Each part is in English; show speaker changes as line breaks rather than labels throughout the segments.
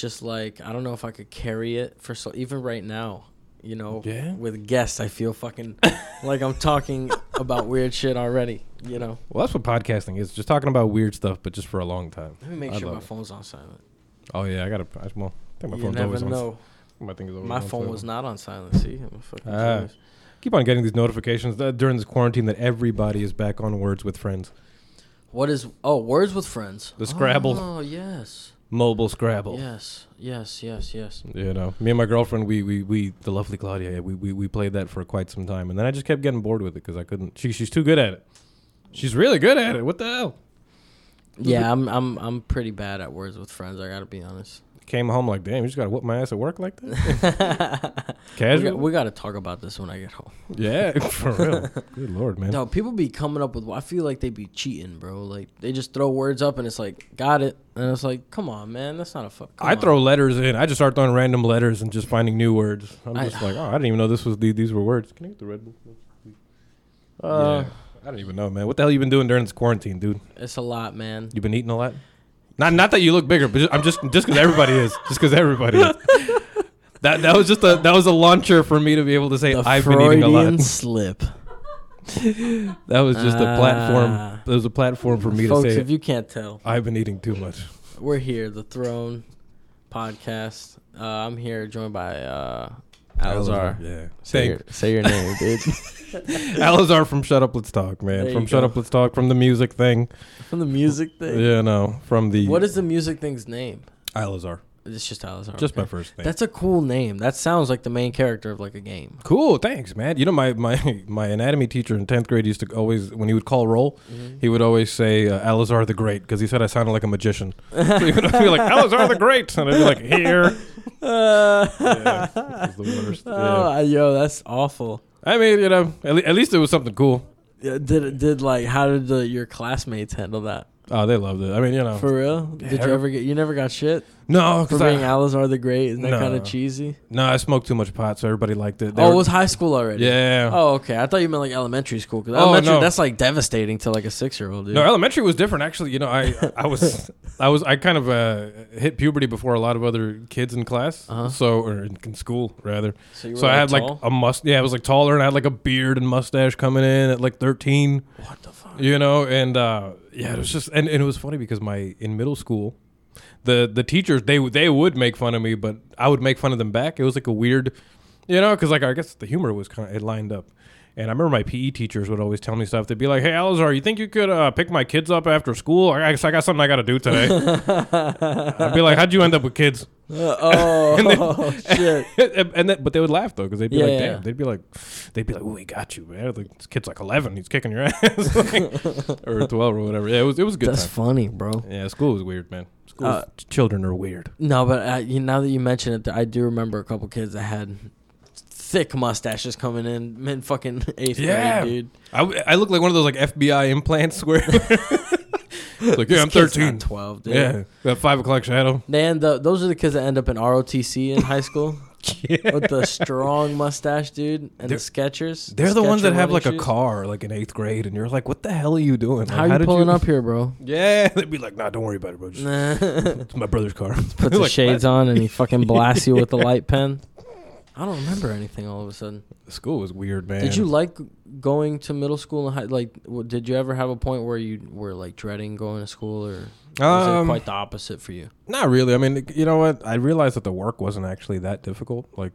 just like I don't know if I could carry it for so even right now, you know,
Yeah.
with guests I feel fucking like I'm talking about weird shit already, you know.
Well, that's what podcasting is. Just talking about weird stuff, but just for a long time.
Let me make
I
sure
love
my
it.
phone's on silent.
Oh yeah, I gotta. I, well, I think my
you
phone's
never
always on.
know.
My thing is always
My
on,
phone
so-
was not on silent. See, I'm a fucking
Ah.
genius.
Keep on getting these notifications that during this quarantine that everybody is back on Words with Friends,
What is oh words with friends?
The Scrabble.
Oh yes,
mobile Scrabble.
yes, yes, yes, yes.
You know, me and my girlfriend, we we we the lovely Claudia, yeah, we we we played that for quite some time, and then I just kept getting bored with it because I couldn't. She she's too good at it. She's really good at it. What the hell?
Yeah, I'm I'm I'm pretty bad at words with friends. I gotta be honest.
Came home like, damn, you just gotta whoop my ass at work like that.
we, got,
Casual.
we gotta talk about this when I get home.
yeah, for real. Good lord, man.
No, people be coming up with. I feel like they be cheating, bro. Like they just throw words up and it's like, got it, and it's like, come on, man, that's not a fuck. come
I
on.
throw letters in. I just start throwing random letters and just finding new words. I'm
I-
just like, oh, I didn't even know this was the, these were words. Can I get the Red Bull? Uh, I don't even know, man. What the hell you been doing during this quarantine, dude?
It's a lot, man.
You been eating a lot? Not not that you look bigger, but just, I'm just just because everybody is, just because everybody is. That that was just a that was a launcher for me to be able to say
The
I've been
Freudian
eating a lot.
slip.
That was just a
Ah.
platform. That was a platform for me
Folks,
to say
if you can't tell,
I've been eating too much.
we're here, the Throne podcast. Uh, I'm here joined by uh, Alizar.
yeah.
Say,
Thank
your, say your name, dude.
Alizar from Shut Up Let's Talk, man.
There
from
you
Shut
go.
Up Let's Talk, from the music thing.
From the music thing.
Yeah, no, from the
What is the music thing's name?
Alizar?
It's just Alizar.
Just
okay.
my first name.
That's a cool name. That sounds like the main character of like a game.
cool. Thanks, man. You know, my my my anatomy teacher in tenth grade used to always when he would call roll, he would always say uh, Alizar the Great because he said I sounded like a magician. so he would be like Alizar the Great, and I'd be like here. Yeah, it was the worst.
Oh,
Yeah.
I- yo, that's awful.
I mean, you know, at, le- at least it was something cool.
Yeah, Did it did like how did the, your classmates handle that?
Oh, they loved it. I mean, you know,
For real? Did you
Yeah.
ever get you never got shit
no,
for
because
being
I,
Alizar the Great? Isn't that
No.
kind of cheesy?
no, I smoked too much pot, so everybody liked it. They
oh,
were-
it was high school already.
yeah.
Oh, okay. I thought you meant like elementary school. 'cause
Oh,
elementary,
no.
that's like devastating to like a six year old dude.
No, elementary was different actually. You know, I I was I was I kind of uh, hit puberty before a lot of other kids in class,
Uh-huh.
so or in, in school rather.
so you were
so I had like
tall?
a must. Yeah, I was like taller, and I had like a beard and mustache coming in at like thirteen.
what the fuck?
You know, and uh, yeah, it was just and, and it was funny because my in middle school, the the teachers they would- they would make fun of me, but I would make fun of them back. It was like a weird, you know, because like I guess the humor was kind of it lined up. And I remember my PE teachers would always tell me stuff. They'd be like, "Hey, Alizar, you think you could uh, pick my kids up after school? I guess I got something I got to do today." I'd be like, "How'd you end up with kids?"
Uh, oh,
And then-
shit.
and and then, but they would laugh though because they'd be
Yeah,
like,
yeah.
"Damn!" They'd be like, "They'd be like, ooh, we got you, man. Like, this kid's like 11. He's kicking your ass, Like, or 12 or whatever." Yeah, it was it was a good
That's
time.
funny, bro.
Yeah, school was weird, man. School
Uh,
children are weird.
No, but uh, you, now that you mention it, I do remember a couple kids that had thick mustaches coming in in fucking eighth
Yeah.
grade, dude.
I, w- I look like one of those like FBI implants where It's like yeah,
This
I'm
kid's not
13.
twelve, dude.
Yeah, that five o'clock shadow.
They end up, those are the kids that end up in ROTC in high school
Yeah.
with the strong mustache, dude, and
They're-
the Skechers.
They're the ones
Skecher
that have
running
like a
shoes.
car, like in eighth grade, and you're like, "What the hell are you doing? Like,
How you
did
pulling up here, bro?
Yeah, they'd be like, "Nah, don't worry about it, bro. Just,
Puts
it's my brother's car."
the
Like,
shades on and he fucking blasts you with the light pen. I don't remember anything all of a sudden.
School was weird, man.
Did you like going to middle school and high? Like, w- did you ever have a point where you were like dreading going to school, or was it
Um,
quite the opposite for you?
Not really. I mean, you know what? I realized that the work wasn't actually that difficult. Like,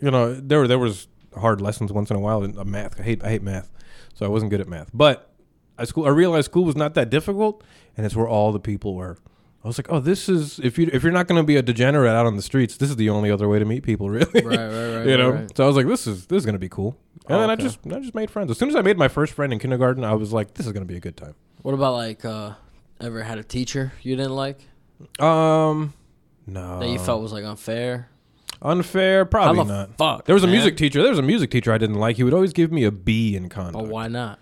you know, there were there was hard lessons once in a while in uh, math. I hate I hate math, so I wasn't good at math. But I school I realized school was not that difficult, and it's where all the people were. I was like, oh, this is if you if you're not going to be a degenerate out on the streets, this is the only other way to meet people, really.
Right, right, right.
you know,
right.
so I was like, this is this is going to be cool. And
Oh,
then
okay.
I just I just made friends. As soon as I made my first friend in kindergarten, I was like, this is going to be a good time.
What about like uh, ever had a teacher you didn't like
Um, no,
that you felt was like unfair?
unfair. Um, Probably
How the
not.
fuck?
There was a
man?
music teacher. There was a music teacher I didn't like. He would always give me a B in
But
conduct.
Oh, why not?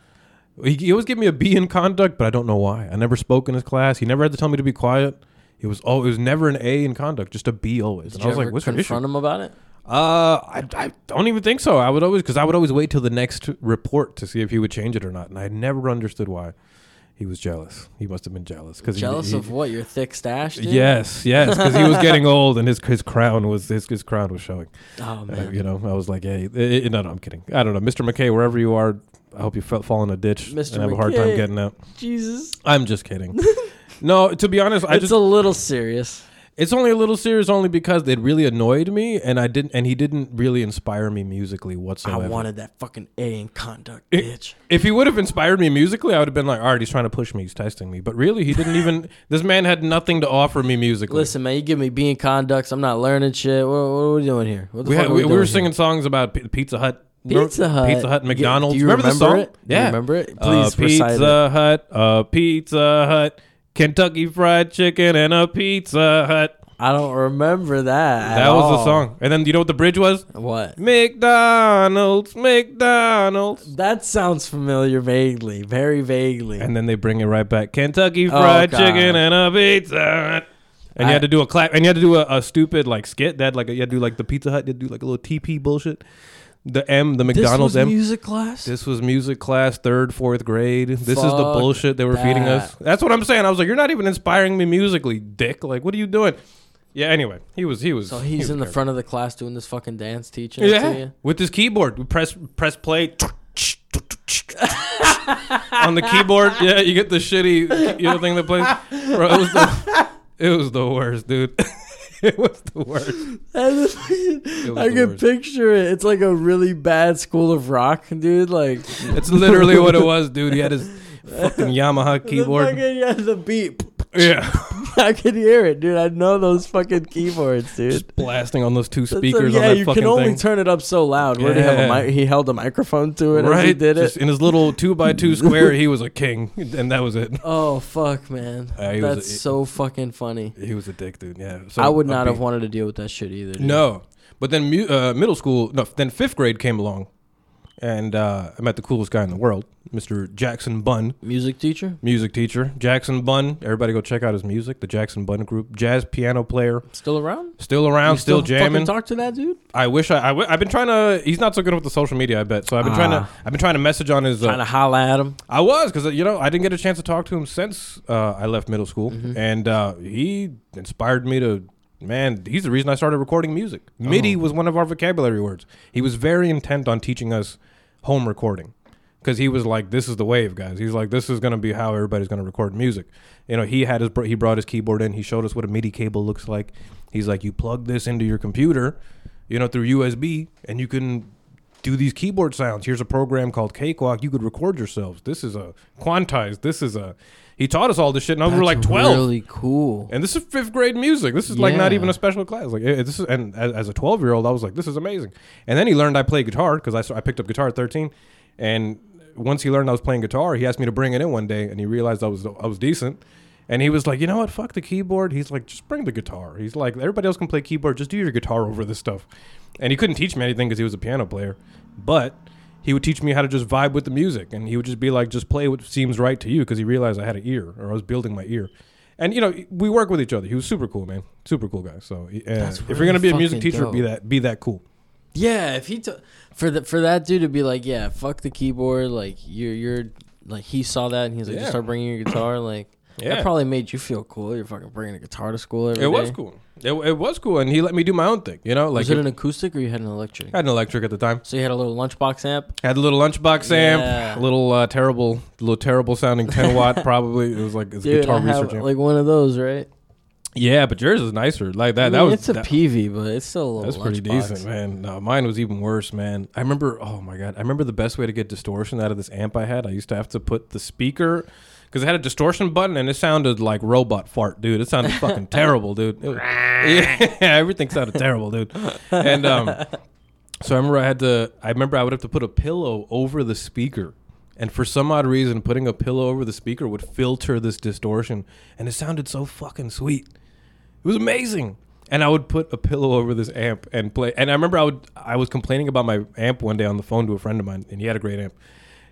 He, he always gave me a B in conduct, but I don't know why. I never spoke in his class. He never had to tell me to be quiet. It was oh, it was never an A in conduct, just a B always.
Did you
And I was
ever
like, what's your
confront
issue? Uh,
him about it?
I, I don't even think so. I would always because I would always wait till the next report to see if he would change it or not, and I never understood why. He was jealous. He must have been jealous because
Jealous
he,
of what? Your thick stash? Dude?
Yes, yes, because he was getting old and his his crown was his, his crown was showing.
Oh
Uh,
man.
you know, I was like, hey, eh, eh, no, no, I'm kidding. I don't know, Mr. McKay, wherever you are, I hope you fell, fall in a ditch
Mr.
and have a hard time
McKay.
getting out.
Jesus.
I'm just kidding. no, to be honest, I
it's
just
a little serious.
it's only a little serious only because it really annoyed me and I didn't and he didn't really inspire me musically whatsoever.
I wanted that fucking A in conduct, bitch.
if he would have inspired me musically, I would have been like, all right, he's trying to push me, he's testing me. But really, he didn't even. this man had nothing to offer me musically.
Listen, man, you give me B in conducts. I'm not learning shit. What, what are we doing here? What the
we,
fuck
had,
are
we, we
doing
were
here?
singing songs about P- Pizza Hut.
Pizza Hut.
Pizza Hut,
Yeah,
McDonald's.
do you
remember,
remember
the song?
it? Do you remember it?
Uh,
Please recite
Pizza Hut, uh, Pizza Hut, Kentucky Fried Chicken, and a Pizza Hut.
I don't remember that. at
That was the
all.
song. And then you know what the bridge was?
What?
McDonald's, McDonald's.
That sounds familiar vaguely, very vaguely.
And then they bring it right back. Kentucky
Oh,
Fried
God.
Chicken and a Pizza Hut. And you
I-
had to do a clap, and you had to do a, a stupid like skit. That like you had to do like the Pizza Hut. You had to do like a little TP bullshit. The M, the
this
McDonald's
was
M.
music class.
This was music class, third, fourth grade. This is the
Fuck
bullshit they were feeding
that.
us. That's what I'm saying. I was like, you're not even inspiring me musically, dick. Like, what are you doing? Yeah. Anyway, he was. He was.
so
he was
he's in the
terrible.
front of the class doing this fucking dance teaching. it to
Yeah,
you?
with his keyboard, we press press play. on the keyboard, yeah, you get the shitty you know thing that plays. Bro, it, was the, it was the worst, dude. it was the worst.
And then-
was
I
the
can
worst.
picture it. It's like a really bad school of rock, dude. Like
It's literally what it was, dude. He had his fucking Yamaha
The,
keyboard.
fucking, yeah, the beep.
Yeah.
I could hear it, dude. I know those fucking keyboards, dude.
just blasting on those two
That's a-
speakers
yeah,
on that
you
fucking
can only
thing.
turn it up so loud. Where did he have
Yeah.
a mic? He held a microphone to it as he
right,
did
Just
it.
in his little two by two square, he was a king, and that was it.
Oh fuck, man.
Uh, he was
That's
a-
so fucking funny.
He was a dick, dude. Yeah, so
I would
upbeat.
not have wanted to deal with that shit either. Dude.
No, but then mu- uh, middle school, no, then fifth grade came along, and uh, I met the coolest guy in the world, Mr. Jackson Bunn,
Music teacher?
music teacher. Jackson Bunn. Everybody go check out his music. The Jackson Bunn Group, jazz piano player,
Still around?
still around,
You
still,
fucking
jamming.
Talk to that dude.
I wish I, I w- I've been trying to. He's not so good with the social media, I bet. So I've been trying to.
Ah.
I've been trying to message on his. Uh,
Trying to holla at him.
I was because you know I didn't get a chance to talk to him since uh, I left middle school, and uh, he inspired me to. Man, he's the reason I started recording music. MIDI was one of our vocabulary words. He was very intent on teaching us home recording because he was like, "This is the wave, guys." He's like, "This is going to be how everybody's going to record music." You know, he had his br- he brought his keyboard in. He showed us what a MIDI cable looks like. He's like, "You plug this into your computer, you know, through USB, and you can do these keyboard sounds. Here's a program called Cakewalk. You could record yourselves. This is a quantized. This is a. He taught us all this shit, and we were like
That's
twelve.
Really cool.
and this is fifth grade music. This is like not
Yeah.
even a special class. Like eh, this is, and as, as a twelve year old, I was like, this is amazing. And then he learned I play guitar because I s- I picked up guitar at thirteen, and once he learned I was playing guitar, he asked me to bring it in one day, and he realized I was I was decent. And he was like, you know what? Fuck the keyboard. He's like, just bring the guitar. He's like, everybody else can play keyboard. Just do your guitar over this stuff. And he couldn't teach me anything because he was a piano player. But he would teach me how to just vibe with the music. And he would just be like, just play what seems right to you because he realized I had an ear or I was building my ear. And, you know, we work with each other. He was super cool, man. Super cool guy. So uh, if you're
really
going to be a music
fucking
teacher, be
dope.
that be that cool.
Yeah, if he took for the for that dude to be like, yeah, fuck the keyboard, like you're you're like he saw that and he's like,
Yeah.
just start bringing your guitar, like
Yeah.
that probably made you feel cool. You're fucking bringing a guitar to school every
It was
day.
cool. It, it was cool. And he let me do my own thing, you know? Like,
was it an acoustic or you had an electric?
I had an electric at the time.
So you had a little lunchbox amp.
Had a little lunchbox
Yeah.
amp, a little uh, terrible, little terrible sounding 10 watt. Probably it was like it's
Dude,
guitar
I have
research amp.
like one of those, right?
yeah, but yours is nicer. Like that.
I
That
mean,
was
it's a
that-
PV, but it's still a little.
That's pretty
lunchbox.
decent, man. No, mine was even worse, man. I remember, oh my god, I remember the best way to get distortion out of this amp I had. I used to have to put the speaker because it had a distortion button and it sounded like robot fart, dude. It sounded fucking terrible, dude. It was- yeah, everything sounded terrible, dude. And um, so I remember I had to. I remember I would have to put a pillow over the speaker. And for some odd reason, putting a pillow over the speaker would filter this distortion, and it sounded so fucking sweet. It was amazing. And I would put a pillow over this amp and play. And I remember I would I was complaining about my amp one day on the phone to a friend of mine, and he had a great amp.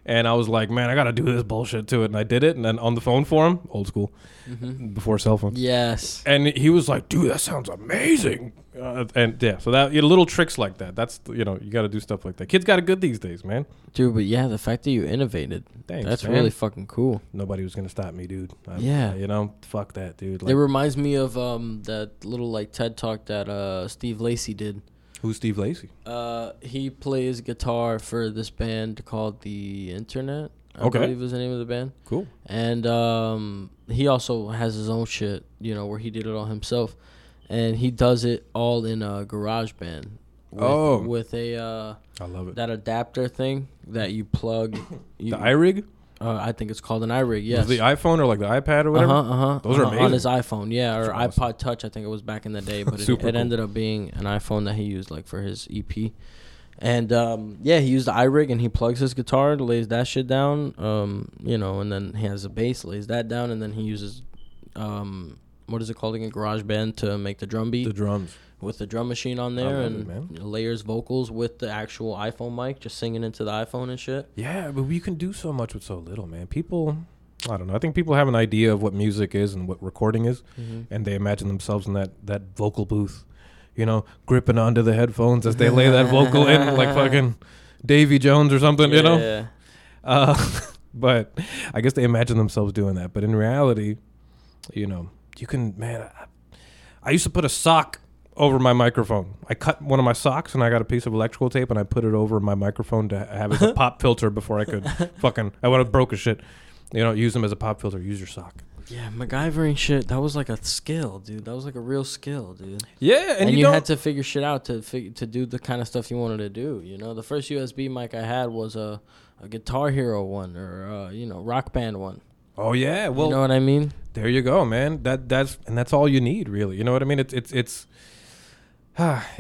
And I was like, man, I gotta do this bullshit to it, and I did it. And then on the phone for him, old school, before cell phone.
Yes.
And he was like, dude, that sounds amazing. Uh, and yeah, so that you know, little tricks like that. That's you know, you gotta do stuff like that. Kids got it good these days, man.
Dude, but yeah, the fact that you innovated,
Thanks,
that's
man.
really fucking cool.
Nobody was gonna stop me, dude. I-
Yeah.
you know, fuck that, dude.
it
Like,
reminds me of um that little like TED talk that uh Steve Lacy did.
who's Steve Lacy?
Uh, he plays guitar for this band called The Internet. I
Okay.
believe is the name of the band.
Cool.
And um, he also has his own shit, you know, where he did it all himself, and he does it all in a garage band. With,
Oh.
with a uh,
I love it.
that adapter thing that you plug. You,
the iRig,
uh, I think it's called an iRig. Yes.
the iPhone or like the iPad or
Uh
whatever.
huh. Uh huh.
Those are
on
amazing.
his iPhone, yeah, or
That's
iPod Touch. I think it was back in the day, but it,
Super
it
cool.
ended up being an iPhone that he used like for his EP. And um, yeah, he used the iRig and he plugs his guitar, lays that shit down, um, you know, and then he has a bass, lays that down, and then he uses um, what is it called again, Garage Band to make the drum beat
The drums.
with the drum machine on there,
love it,
and
man.
you know, layers vocals with the actual iPhone mic, just singing into the iPhone and shit.
Yeah, but you can do so much with so little, man. People, I don't know. I think people have an idea of what music is and what recording is, and they imagine themselves in that that vocal booth, you know, gripping onto the headphones as they lay that vocal in, like fucking Davy Jones or something, you know.
Yeah.
Uh, but I guess they imagine themselves doing that. But in reality, you know, you can, man. I, I used to put a sock over my microphone. I cut one of my socks and I got a piece of electrical tape and I put it over my microphone to ha- have as a pop filter before I could fucking. I would have broke a shit. You know, use them as a pop filter. Use your sock.
Yeah, MacGyvering shit. That was like a skill, dude. That was like a real skill, dude.
Yeah,
And, you, had to figure shit out to fig- to do the kind of stuff you wanted to do. You know, the first USB mic I had was a, a Guitar Hero one or uh, you know Rock Band one.
oh yeah. Well,
you know what I mean?
there you go, man. That that's and that's all you need, really. You know what I mean? It's it's it's.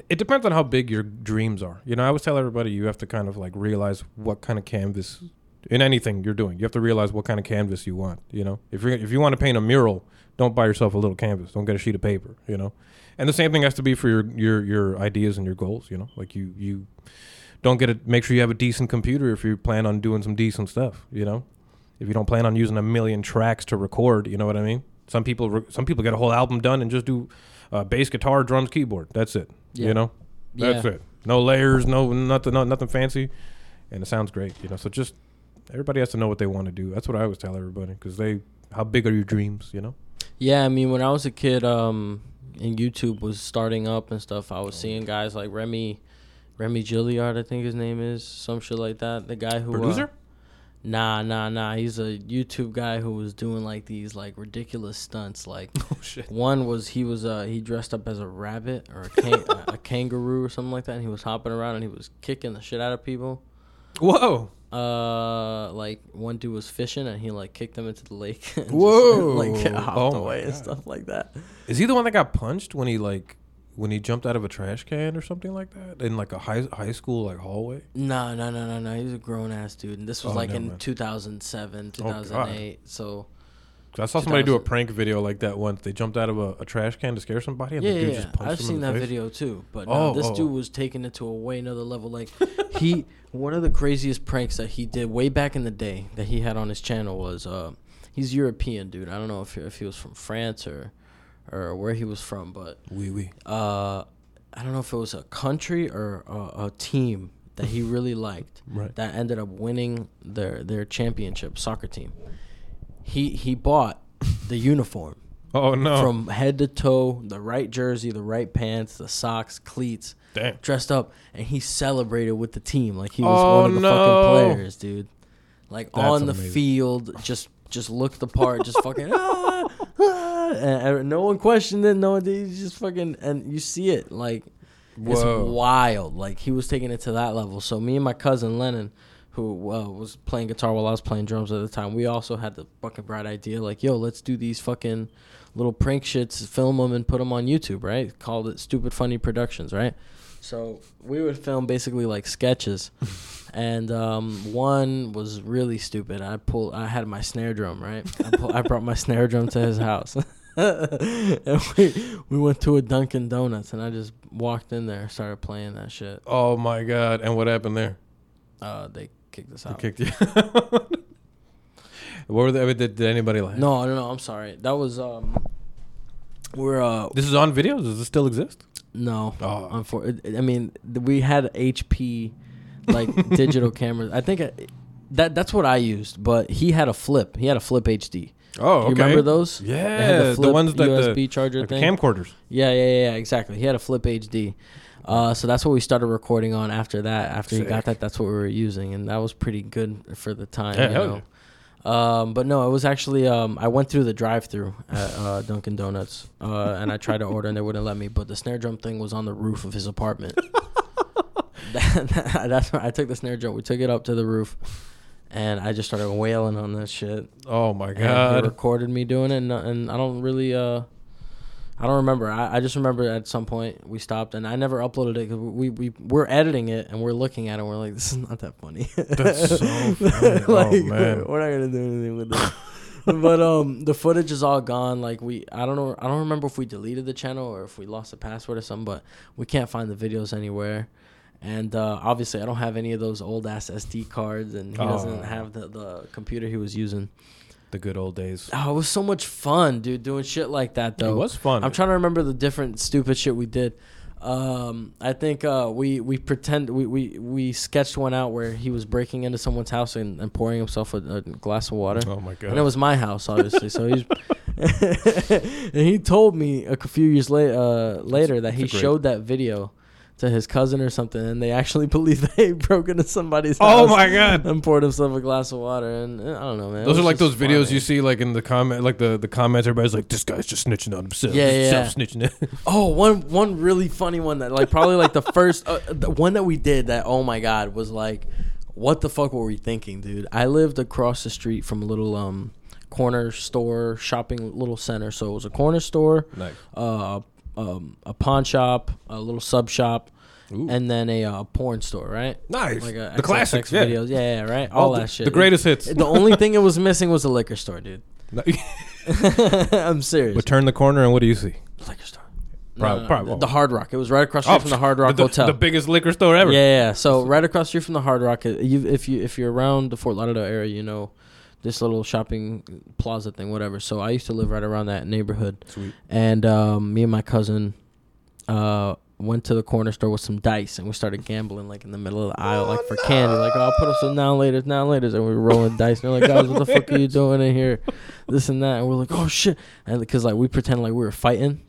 it depends on how big your dreams are. You know, I always tell everybody you have to kind of like realize what kind of canvas in anything you're doing. You have to realize what kind of canvas you want. You know, if you if you want to paint a mural, don't buy yourself a little canvas. Don't get a sheet of paper. You know, and the same thing has to be for your your your ideas and your goals. You know, like you you don't get it. Make sure you have a decent computer if you plan on doing some decent stuff. You know, if you don't plan on using a million tracks to record, you know what I mean. Some people re- some people get a whole album done and just do uh, bass guitar, drums, keyboard. That's it.
Yeah.
You know, that's
Yeah.
it. No layers, no nothing, no, nothing fancy, and it sounds great. You know, so just everybody has to know what they want to do. That's what I always tell everybody because they, how big are your dreams? You know,
Yeah, I mean when I was a kid, um, and YouTube was starting up and stuff,
Oh.
I was seeing guys like Remy, Remy Gilliard, I think his name is, some shit like that. The guy who uh,
producer.
Nah, nah, nah. He's a YouTube guy who was doing like these like ridiculous stunts. Like,
Oh shit!
one was he was uh he dressed up as a rabbit or a, can- a kangaroo or something like that, and he was hopping around and he was kicking the shit out of people.
Whoa!
Uh, like one dude was fishing and he like kicked him into the lake. And
Whoa.
Just, like hopped
Oh my
away and
God.
stuff like that.
Is he the one that got punched when he like when he jumped out of a trash can or something like that in like a high high school like hallway?
No, no, no, no, no. He was a grown ass dude, and this was
Oh,
like
never
in
mind.
2007,
Oh, God.
2008. so
'Cause I saw somebody do a
2000.
prank video like that once. They jumped out of a, a trash can to scare somebody, and
yeah,
the dude
yeah,
just
yeah.
punched
I've
him
seen
in the
that
face.
video too. But no,
Oh,
this
oh.
dude was taking it to a way another level. Like he, one of the craziest pranks that he did way back in the day that he had on his channel was, uh, he's European dude. I don't know if if he was from France or, or where he was from, but
Wee wee.
uh, I don't know if it was a country or a, a team that he really liked
Right.
that ended up winning their their championship soccer team. He he bought the uniform
Oh no!
from head to toe, the right jersey, the right pants, the socks, cleats,
Damn.
dressed up, and he celebrated with the team like he was
Oh,
one of the
no.
fucking players, dude. Like
That's
on the
amazing.
field, just just looked the part, just fucking. ah, ah, and, and no one questioned it. No one did. He just fucking, and you see it like
Whoa.
it's wild. Like he was taking it to that level. So me and my cousin Lennon, who uh, was playing guitar while I was playing drums at the time, we also had the fucking bright idea. Like, yo, let's do these fucking little prank shits, film them and put them on YouTube. Right? Called it Stupid Funny Productions. Right? So we would film basically like sketches, and um, one was really stupid. I pulled. I had my snare drum. Right? I, pull, I brought my snare drum to his house. and we, we went to a Dunkin' Donuts, and I just walked in there, started playing that shit.
Oh my god! And what happened there?
Uh, they ki- kicked us out.
Kicked you. what were they, I mean, did, did anybody laugh?
No, no, no. I'm sorry. That was um, we're uh,
This is on video. Does this still exist?
no.
Oh.
Unfor- I mean, th- we had HP like digital cameras. I think I, that that's what I used. But he had a flip. He had a flip HD.
Oh, okay.
You remember those? They had
Yeah, the
flip
ones that
USB
the
charger
like the
thing.
camcorders.
Yeah, yeah, yeah, yeah, exactly. He had a flip HD. Uh, so that's what we started recording on after that. After he
Sick.
got that, that's what we were using, and that was pretty good for the time.
Yeah,
you
hell
know? Um, but no, it was actually um, I went through the drive-through at uh, Dunkin' Donuts, uh, and I tried to order, and they wouldn't let me. But the snare drum thing was on the roof of his apartment. That- that- that's why I took the snare drum. We took it up to the roof, and I just started wailing on that shit.
Oh my
And
god.
he recorded me doing it, and, and I don't really, uh, I don't remember. I, I just remember at some point we stopped, and I never uploaded it because we, we we're editing it and we're looking at it, and we're like, this is not that funny.
That's so funny.
like,
oh man.
we're not gonna do anything with this. but um, the footage is all gone. Like we, I don't know, I don't remember if we deleted the channel or if we lost the password or something. But we can't find the videos anywhere. And uh, obviously, I don't have any of those old ass SD cards, and he
Oh.
doesn't have the, the computer he was using.
The good old days.
Oh, it was so much fun, dude, doing shit like that though.
It was fun.
I'm trying to remember the different stupid shit we did. Um, I think uh, we we pretend we, we we sketched one out where he was breaking into someone's house and, and pouring himself a, a glass of water.
Oh my god.
And it was my house, obviously. so he's and he told me a few years later, uh, later that he
it's a great-
showed that video to his cousin or something, and they actually believe that he broke into somebody's
oh
house
my god.
and poured himself a glass of water. And uh, I don't know, man. it
Those are
was
like those
just
videos
funny.
you see like in the comment like the the comments everybody's like this guy's just snitching on himself.
Yeah,
He's
yeah.
Self-snitching.
Oh, one one really funny one that like probably like the first uh, the one that we did that oh my god was like what the fuck were we thinking, dude? I lived across the street from a little um corner store shopping little center, so it was a corner store,
Nice.
uh, um, a pawn shop, a little sub shop,
Ooh.
and then a uh, porn store, right?
nice.
Like uh, a XXX
the classics. Yeah.
videos, yeah, yeah, right, all
Oh,
that
the,
shit.
The greatest hits.
The only thing it was missing was a liquor store, dude. I'm serious.
but turn the corner and what do you see?
liquor store.
Prob- prob-
the- The Hard Rock. It was right across the street from the Hard Rock
Oh, the,
Hotel.
The biggest liquor store ever.
yeah, yeah, yeah. So right across the street from the Hard Rock. uh, You, if you if you're around the Fort Lauderdale area, you know this little shopping plaza thing, whatever. So I used to live right around that neighborhood,
Sweet.
and um, me and my cousin uh, went to the corner store with some dice, and we started gambling like in the middle of the aisle, like for candy. Like oh, I'll put up some now later, now later, and we were rolling dice. And they're like, guys, what the fuck are you doing in here? This and that, and we're like, oh shit, and because like we pretend like we were fighting.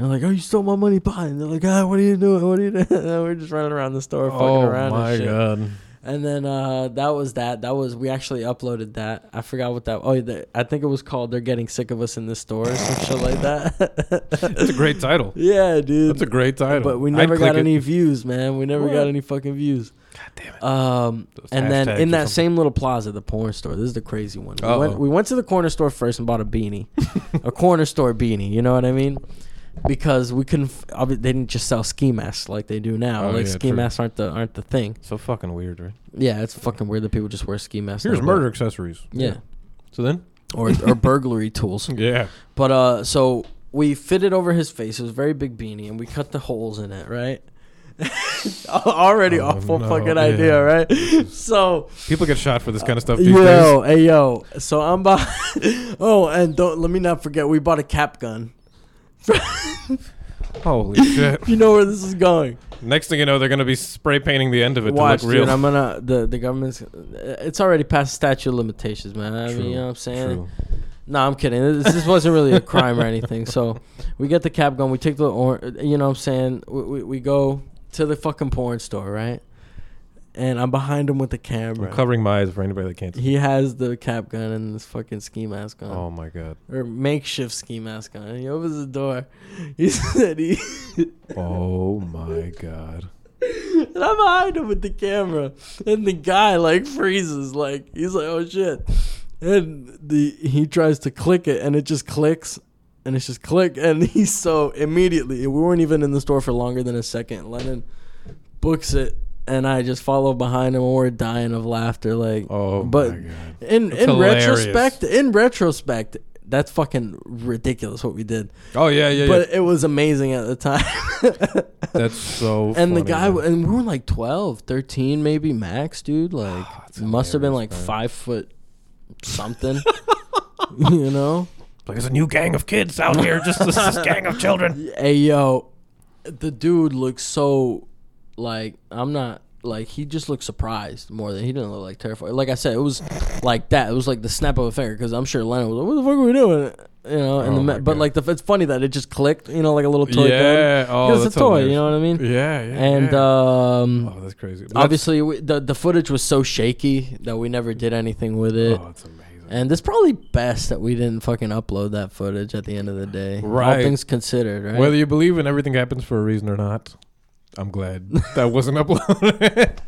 And they're like, oh, you stole my money, pie. And they're like, ah, what are you doing? What are you doing? And we're just running around the store, fucking
Oh
around
my
and shit.
god.
And then uh, that was that. That was we actually uploaded that. I forgot what that. Oh, the, I think it was called "They're Getting Sick of Us in This Store" or some shit like that.
That's a great title.
yeah, dude.
That's a great title.
but we
I'd
never
click
got
it.
any views, man. We never
What?
got any fucking views.
God damn it.
Um,
Those
and then
hashtags
in
or
that
something.
same little plaza, the porn store. This is the crazy one. We
Uh-oh.
went, we went to the corner store first and bought a beanie, a corner store beanie. You know what I mean? Because we couldn't. F- obvi- they didn't just sell ski masks like they do now.
Oh,
like
yeah,
ski
true.
masks aren't the aren't the thing.
So fucking weird, right?
Yeah, it's fucking weird that people just wear ski masks.
Here's
now, but-
murder accessories.
Yeah.
So then?
Or or burglary tools.
Yeah.
But uh so we fitted over his face. It was a very big beanie and we cut the holes in it, right? Already
Oh,
awful
no,
fucking
yeah.
idea, right? So
People get shot for this kind of stuff these days.
yo, hey yo. So I'm by Oh, and don't let me not forget we bought a cap gun.
Holy shit.
You know where this is going.
Next thing you know, they're going to be spray painting the end of it
Watch,
to look real.
dude. I'm gonna the, the government's. It's already past statute of limitations, man. I mean, you know what I'm saying.
True.
No, I'm kidding. This, this wasn't really a crime or anything. So we get the cap gun. We take the, or, you know what I'm saying? We, we, we go to the fucking porn store, right? And I'm behind him with the
I'm
camera.
covering my eyes for anybody that can't see.
he has the cap gun and this fucking ski mask on.
Oh my god.
Or makeshift ski mask on. He opens the door. He said he.
Oh my god.
And I'm behind him with the camera. And the guy like freezes. Like he's like, oh shit. And the he tries to click it and it just clicks. And it's just click. And he's so immediately we weren't even in the store for longer than a second. Lennon books it and I just follow behind him and we're dying of laughter. Like
Oh
But-
my god.
in
That's
in
hilarious.
retrospect in retrospect that's fucking ridiculous what we did.
Oh yeah, yeah, yeah.
But it was amazing at the time.
That's so.
and the
funny,
guy,
man.
w and we were like 12, 13 maybe max, dude. Like,
Ah, That's
must have been like
hilarious, man.
five foot something. you know?
Like, there's a new gang of kids out here. Just this, this gang of children.
Hey yo, the dude looks so like I'm not like he just looked surprised more than he didn't look like terrified. Like I said, it was like that. It was like the snap of a finger because I'm sure Lennon was like, "What the fuck are we doing?" You know, and
Oh
the
my
ma- but
God.
like the, it's funny that it just clicked. You know, like a little toy. gun.
yeah. Oh,
it's
that's
a toy.
hilarious.
You know what I mean?
Yeah, uh, yeah.
And
yeah.
um,
oh, that's crazy. But
obviously we, the the footage was so shaky that we never did anything with it.
that's, oh, that's amazing.
And it's probably best that we didn't fucking upload that footage at the end of the day. All
Right.
things considered, right?
Whether you believe in everything happens for a reason or not, I'm glad that wasn't uploaded.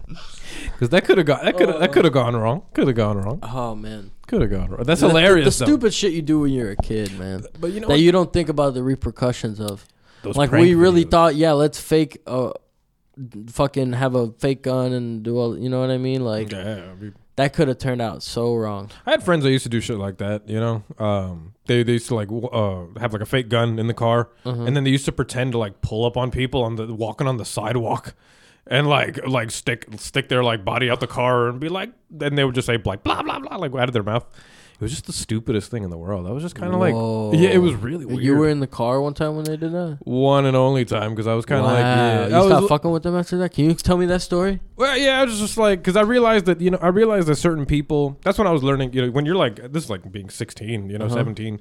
Because that could have gone. That could have. that could have gone wrong. Could have gone wrong.
Oh man,
Could have gone wrong. That's
The- the-
hilarious.
The,
though.
stupid shit you do when you're a kid, man,
But you know,
that
what?
you don't think about the repercussions of.
Those
like
prank
we really
videos.
thought, yeah, let's fake uh, fucking have a fake gun and do all. You know what I mean? Like
Yeah, I mean,
that could have turned out so wrong.
I had friends that used to do shit like that, you know. Um, they they used to like w- uh, have like a fake gun in the car,
Mm-hmm.
and then they used to pretend to like pull up on people on the walking on the sidewalk, and like like stick stick their like body out the car and be like, then they would just say like blah blah blah like out of their mouth. It was just the stupidest thing in the world. I was just kind of like,
Whoa.
yeah, it was really weird.
You were in the car one time when they did that.
one and only time because I was kind of like, yeah, I
you
was,
stopped fucking with them after that. Can you tell me that story?
well, yeah, I was just like, because I realized that, you know, I realized that certain people, that's when I was learning, you know, when you're like, this is like being 16, you know,
Uh-huh.
17,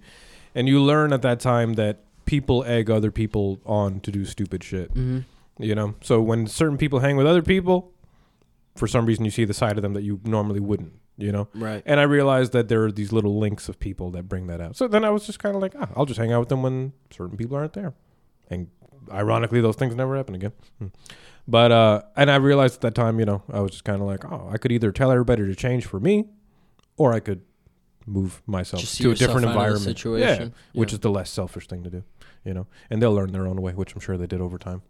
and you learn at that time that people egg other people on to do stupid shit,
Mm-hmm.
you know? So when certain people hang with other people, for some reason you see the side of them that you normally wouldn't, you know?
Right.
And I realized that there are these little links of people that bring that out. So then I was just kind of like, ah, I'll just hang out with them when certain people aren't there. And ironically, those things never happen again. Hmm. But, uh, and I realized at that time, you know, I was just kind of like, oh, I could either tell everybody to change for me or I could move myself
Just see
to a
yourself
different
out of the
environment.
situation.
Yeah, which
Yeah.
is the less selfish thing to do, you know, and they'll learn their own way, which I'm sure they did over time.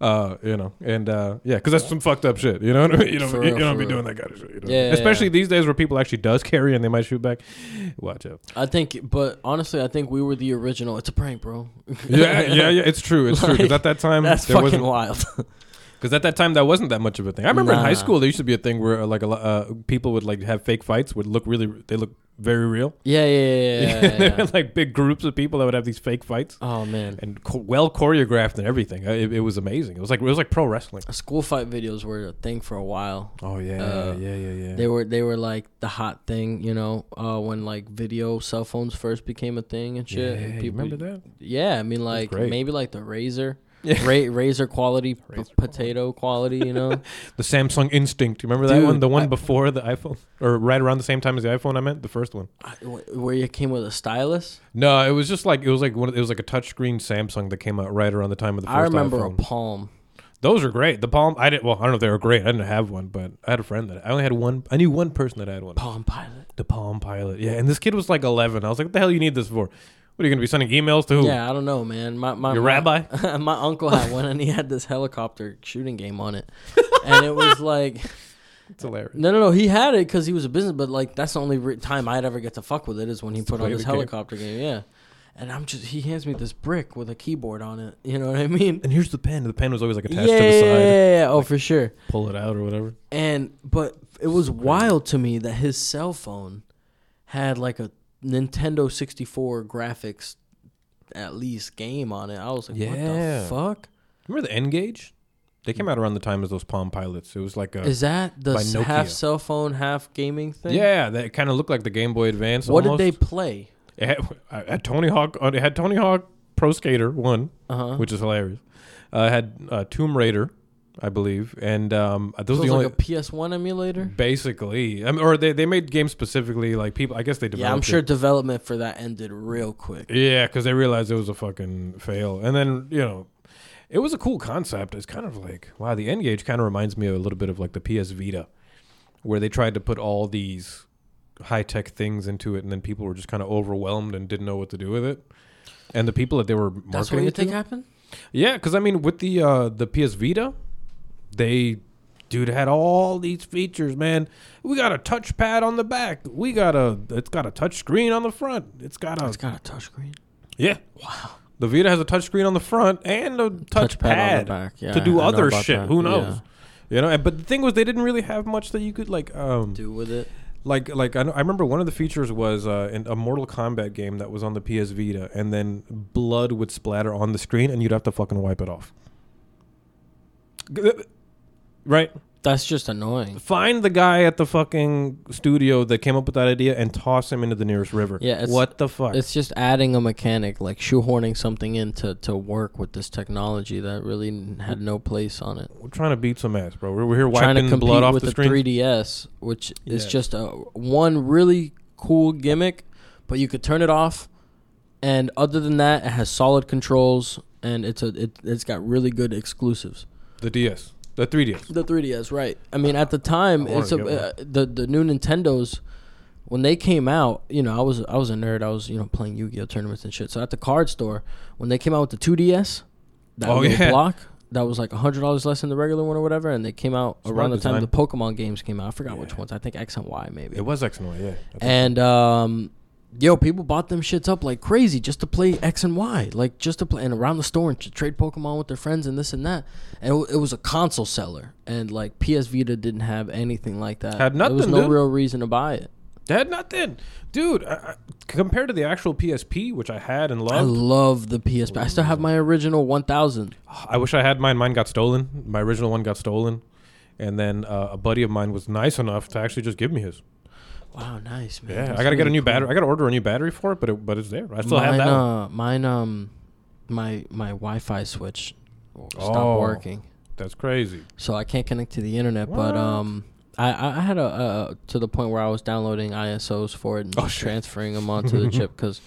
Uh, you know, and uh, yeah, because that's some fucked up shit. You know what I mean? You don't,
For
you,
real,
don't
for
be
real.
doing that kind of shit. You know?
Yeah,
Especially
yeah.
these days where people actually does carry and they might shoot back. Watch out.
I think, but honestly, I think we were the original. It's a prank, bro.
Yeah, yeah, yeah. It's true. It's true. Because
Like,
at that time,
That's
there
fucking
wasn't.
wild.
Because at that time, that wasn't that much of a thing. I remember in
Nah.
high school, there used to be a thing where uh, like a lot, uh, people would like have fake fights. Would look really. They look very real.
yeah, yeah, yeah, yeah,
there
yeah,
were
yeah.
like big groups of people that would have these fake fights
Oh man,
and cho- well choreographed and everything. Uh, It, it was amazing. It was like it was like pro wrestling.
school fight videos were a thing for a while.
Oh yeah,
Uh,
yeah, yeah, yeah.
They were they were like the hot thing, you know, uh, when like video cell phones first became a thing and shit.
Yeah,
and
you remember that?
Yeah, I mean like
great.
maybe like the razor,
Yeah.
Ra- razor quality, p-
Razor
potato quality, you know.
The Samsung Instinct. You remember that
Dude,
one? The one
I-
before the iPhone, or right around the same time as the iPhone. I meant the first one.
I- wh- Where you came with a stylus.
No, it was just like it was like one. Of, it was like a touchscreen Samsung that came out right around the time of the first
I remember
iPhone.
a palm.
Those are great. The Palm. I didn't. Well, I don't know if they were great. I didn't have one, but I had a friend that I only had one. I knew one person that had one.
Palm pilot.
The Palm Pilot. Yeah, and this kid was like 11. I was like, what the hell you need this for? What are you going to be sending emails to? Who?
Yeah, I don't know, man. My my
Your
my-
rabbi?
my uncle had one, and he had this helicopter shooting game on it, and it was like.
It's hilarious.
No, no, no. He had it because he was a business, but like that's the only re- time I'd ever get to fuck with it is when he put on
play
his
the game.
helicopter game. Yeah, and I'm just he hands me this brick with a keyboard on it. You know what I mean?
And here's the pen. The pen was always like
Yeah,
attached
yeah,
to the
yeah,
side.
yeah, yeah. Oh, for sure.
Pull it out or whatever.
And but it was wild to me that his cell phone had like a Nintendo 64 graphics at least game on it. I was like,
Yeah.
what the fuck
Remember the N Gauge? They came out around the time as those Palm Pilots. It was like a.
is that? The
By
s-
Nokia.
half cell phone, half gaming thing.
yeah, that kind of looked like the Game Boy Advance.
What
almost.
did they play?
It had, uh, it had Tony Hawk. It had Tony Hawk Pro Skater one,
Uh huh.
which is hilarious. Uh, it had uh, Tomb Raider, I believe, and um, those
was
are the only
like a PS1 emulator.
basically. I mean, or they, they made games specifically like people. I guess they developed.
Yeah, I'm sure
It.
development for that ended real quick.
Yeah, because they realized it was a fucking fail, and then you know, it was a cool concept. It's kind of like wow, the N gauge kind of reminds me a little bit of like the PS Vita, where they tried to put all these high tech things into it, and then people were just kind of overwhelmed and didn't know what to do with it. And the people that they were marketing
That's what you
it to-
think happened?
Yeah, because I mean, with the uh, the PS Vita, they dude had all these features, man. We got a touchpad on the back. We got a it's got a touch screen on the front. It's got a
It's got a touchscreen.
yeah. Wow. The Vita has a touchscreen on the front and a touchpad
Touchpad on the back. Yeah,
to do
I know
other
about
shit.
that.
Who
Yeah.
knows? You know, and- but the thing was, they didn't really have much that you could like, um,
Do with it.
like, like. I, know, I remember one of the features was uh, in a Mortal Kombat game that was on the PS Vita, and then blood would splatter on the screen, and you'd have to fucking wipe it off. G- Right.
That's just annoying.
Find the guy at the fucking studio that came up with that idea and toss him into the nearest river.
Yeah, it's-
What the fuck?
It's just adding a mechanic, like shoehorning something in to, to work with this technology that really n- had no place on it.
We're trying to beat some ass, bro. We're, we're here
Trying to
wiping
compete
blood off
with
the
the,
screen.
3DS, which is
Yeah.
just a one really cool gimmick, but you could turn it off. And other than that, it has solid controls and it's a it, it's got really good exclusives.
The DS. The 3DS.
The 3DS, right? I mean, at the time,
I wanna
it's a,
get
uh, the the new Nintendos when they came out. You know, I was I was a nerd. I was you know playing Yu Gi Oh tournaments and shit. So at the card store, when they came out with the 2DS, that
Oh,
little
yeah.
block that was like hundred dollars less than the regular one or whatever, and they came out
Smart
around the time
design.
the Pokemon games came out. I forgot which
Yeah.
ones. I think X and Y maybe.
It was X and Y, yeah. I think.
And um, yo, people bought them shits up like crazy just to play X and Y, like just to play and around the store and to trade Pokemon with their friends and this and that. And it, w- it was a console seller, and like PS Vita didn't have anything like that.
Had
There was
nothing,
no
dude.
real reason to buy it.
I had nothing. Dude, I, I, compared to the actual PSP, which I had and
I
loved,
love the PSP. I still have my original 1000.
I wish I had mine. Mine got stolen. My original one got stolen. And then uh, a buddy of mine was nice enough to actually just give me his.
Wow, nice man.
Yeah,
That's
I gotta get a
really
new
cool.
battery. I gotta order a new battery for it, but it, but it's there. I still
mine,
have that. one.
Uh, mine, um, my my Wi-Fi switch stopped
Oh.
working.
That's crazy.
so I can't connect to the internet.
What?
But um, I- I I had a uh, to the point where I was downloading ISOs for it and
Oh,
just
shit.
transferring them onto the chip because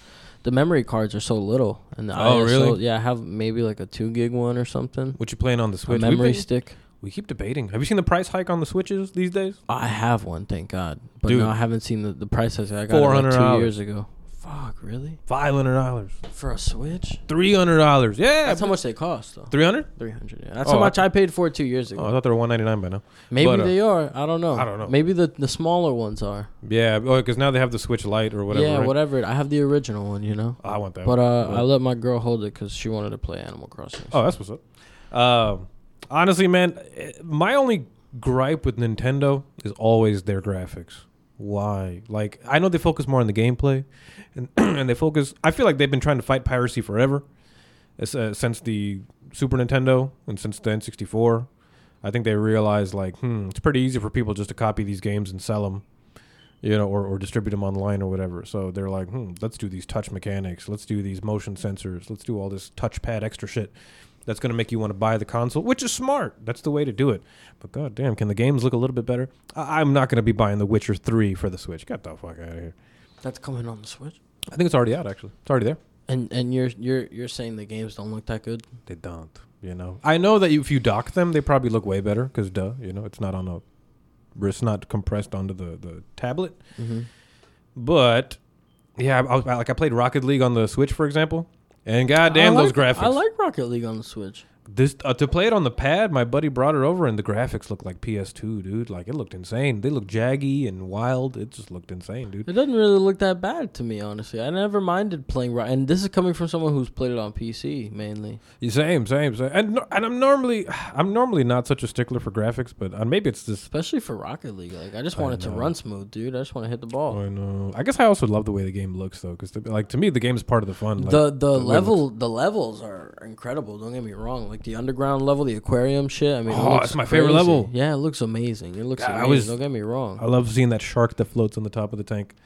the memory cards are so little and the
Oh,
ISO,
really?
yeah, I have maybe like a two gig one or something.
What you playing on the
A
Switch? We've
memory
been-
stick.
we keep debating. Have you seen the price hike on the Switches these days?
I have one, thank God. But
Dude.
no, I haven't seen the the price. I got it like two
$400.
years ago. Fuck, really?
Five hundred dollars.
For a Switch?
Three hundred dollars. Yeah.
That's how much they cost, though.
Three hundred?
Three hundred. Yeah, that's
Oh,
how
I-
much I paid for it two years
Oh,
ago.
I thought they were one ninety nine by now.
Maybe
but, uh,
they are. I don't know.
I don't know.
Maybe the the smaller ones are.
Yeah, because now they have the Switch Lite or whatever.
yeah,
right?
whatever. I have the original one, you know.
I want that.
But
one.
uh,
But-
I let my girl hold it because she wanted to play Animal Crossing.
oh, that's what's up. Um, honestly, man, eh, my only gripe with Nintendo is always their graphics. Why? Like, I know they focus more on the gameplay, and and they focus. I feel like they've been trying to fight piracy forever, It's, uh, since the Super Nintendo and since the N sixty four. I think they realized like, hmm, it's pretty easy for people just to copy these games and sell them. you know, or, or distribute them online or whatever. So they're like, hmm, let's do these touch mechanics, let's do these motion sensors, let's do all this touchpad extra shit. That's gonna make you want to buy the console, which is smart. That's the way to do it. But goddamn, can the games look a little bit better? I- I'm not gonna be buying The Witcher Three for the Switch. Get the fuck out of here.
That's coming on the Switch.
I think it's already out. Actually, it's already there.
And and you're you're you're saying the games don't look that good.
They don't. You know, I know that if you dock them, they probably look way better because duh, you know, it's not on a, it's not compressed onto the the tablet.
Mm-hmm.
But yeah, I, I was, like I played Rocket League on the Switch, for example, and goddamn those graphics.
I like Rocket League on the Switch.
this uh, to play it on the pad. My buddy brought it over, and the graphics looked like PS2, dude. Like it looked insane. They looked jaggy and wild. It just looked insane, dude.
It doesn't really look that bad to me, honestly. I never minded playing. Ro- and this is coming from someone who's played it on PC mainly.
Yeah, Same, same, same. And no- and I'm normally I'm normally not such a stickler for graphics, but uh, maybe it's this.
Especially for Rocket League, like I just
I
want it to
know.
run smooth, dude. I just want to hit the ball.
I know. I guess I also love the way the game looks though, because like to me the game is part of the fun. Like,
the the
way it
level the levels are incredible. Don't get me wrong. Like the underground level, the aquarium shit. I mean, it
Oh,
looks
it's my favorite
crazy.
level.
Yeah, it looks amazing. It looks.
God, I
amazing.
was-
Don't get me wrong.
I love seeing that shark that floats on the top of the tank.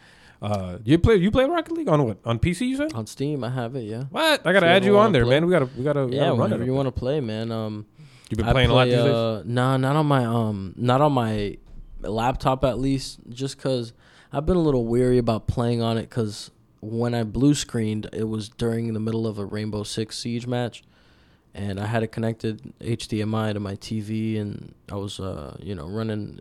Uh, you play you play Rocket League on what on PC? You said
On Steam, I have it. Uh, Yeah.
what?
If
I gotta
you
add
ever
you on
wanna
there,
play-
man. We gotta we gotta, we
Yeah,
gotta run
whenever
it.
you want to play, man. Um,
You've been
I
playing a lot
play,
these days.
uh, Nah, not on my um, not on my laptop at least. Just because I've been a little weary about playing on it. Because when I blue screened, it was during the middle of a Rainbow Six Siege match, and I had it connected HDMI to my TV, and I was uh, you know, running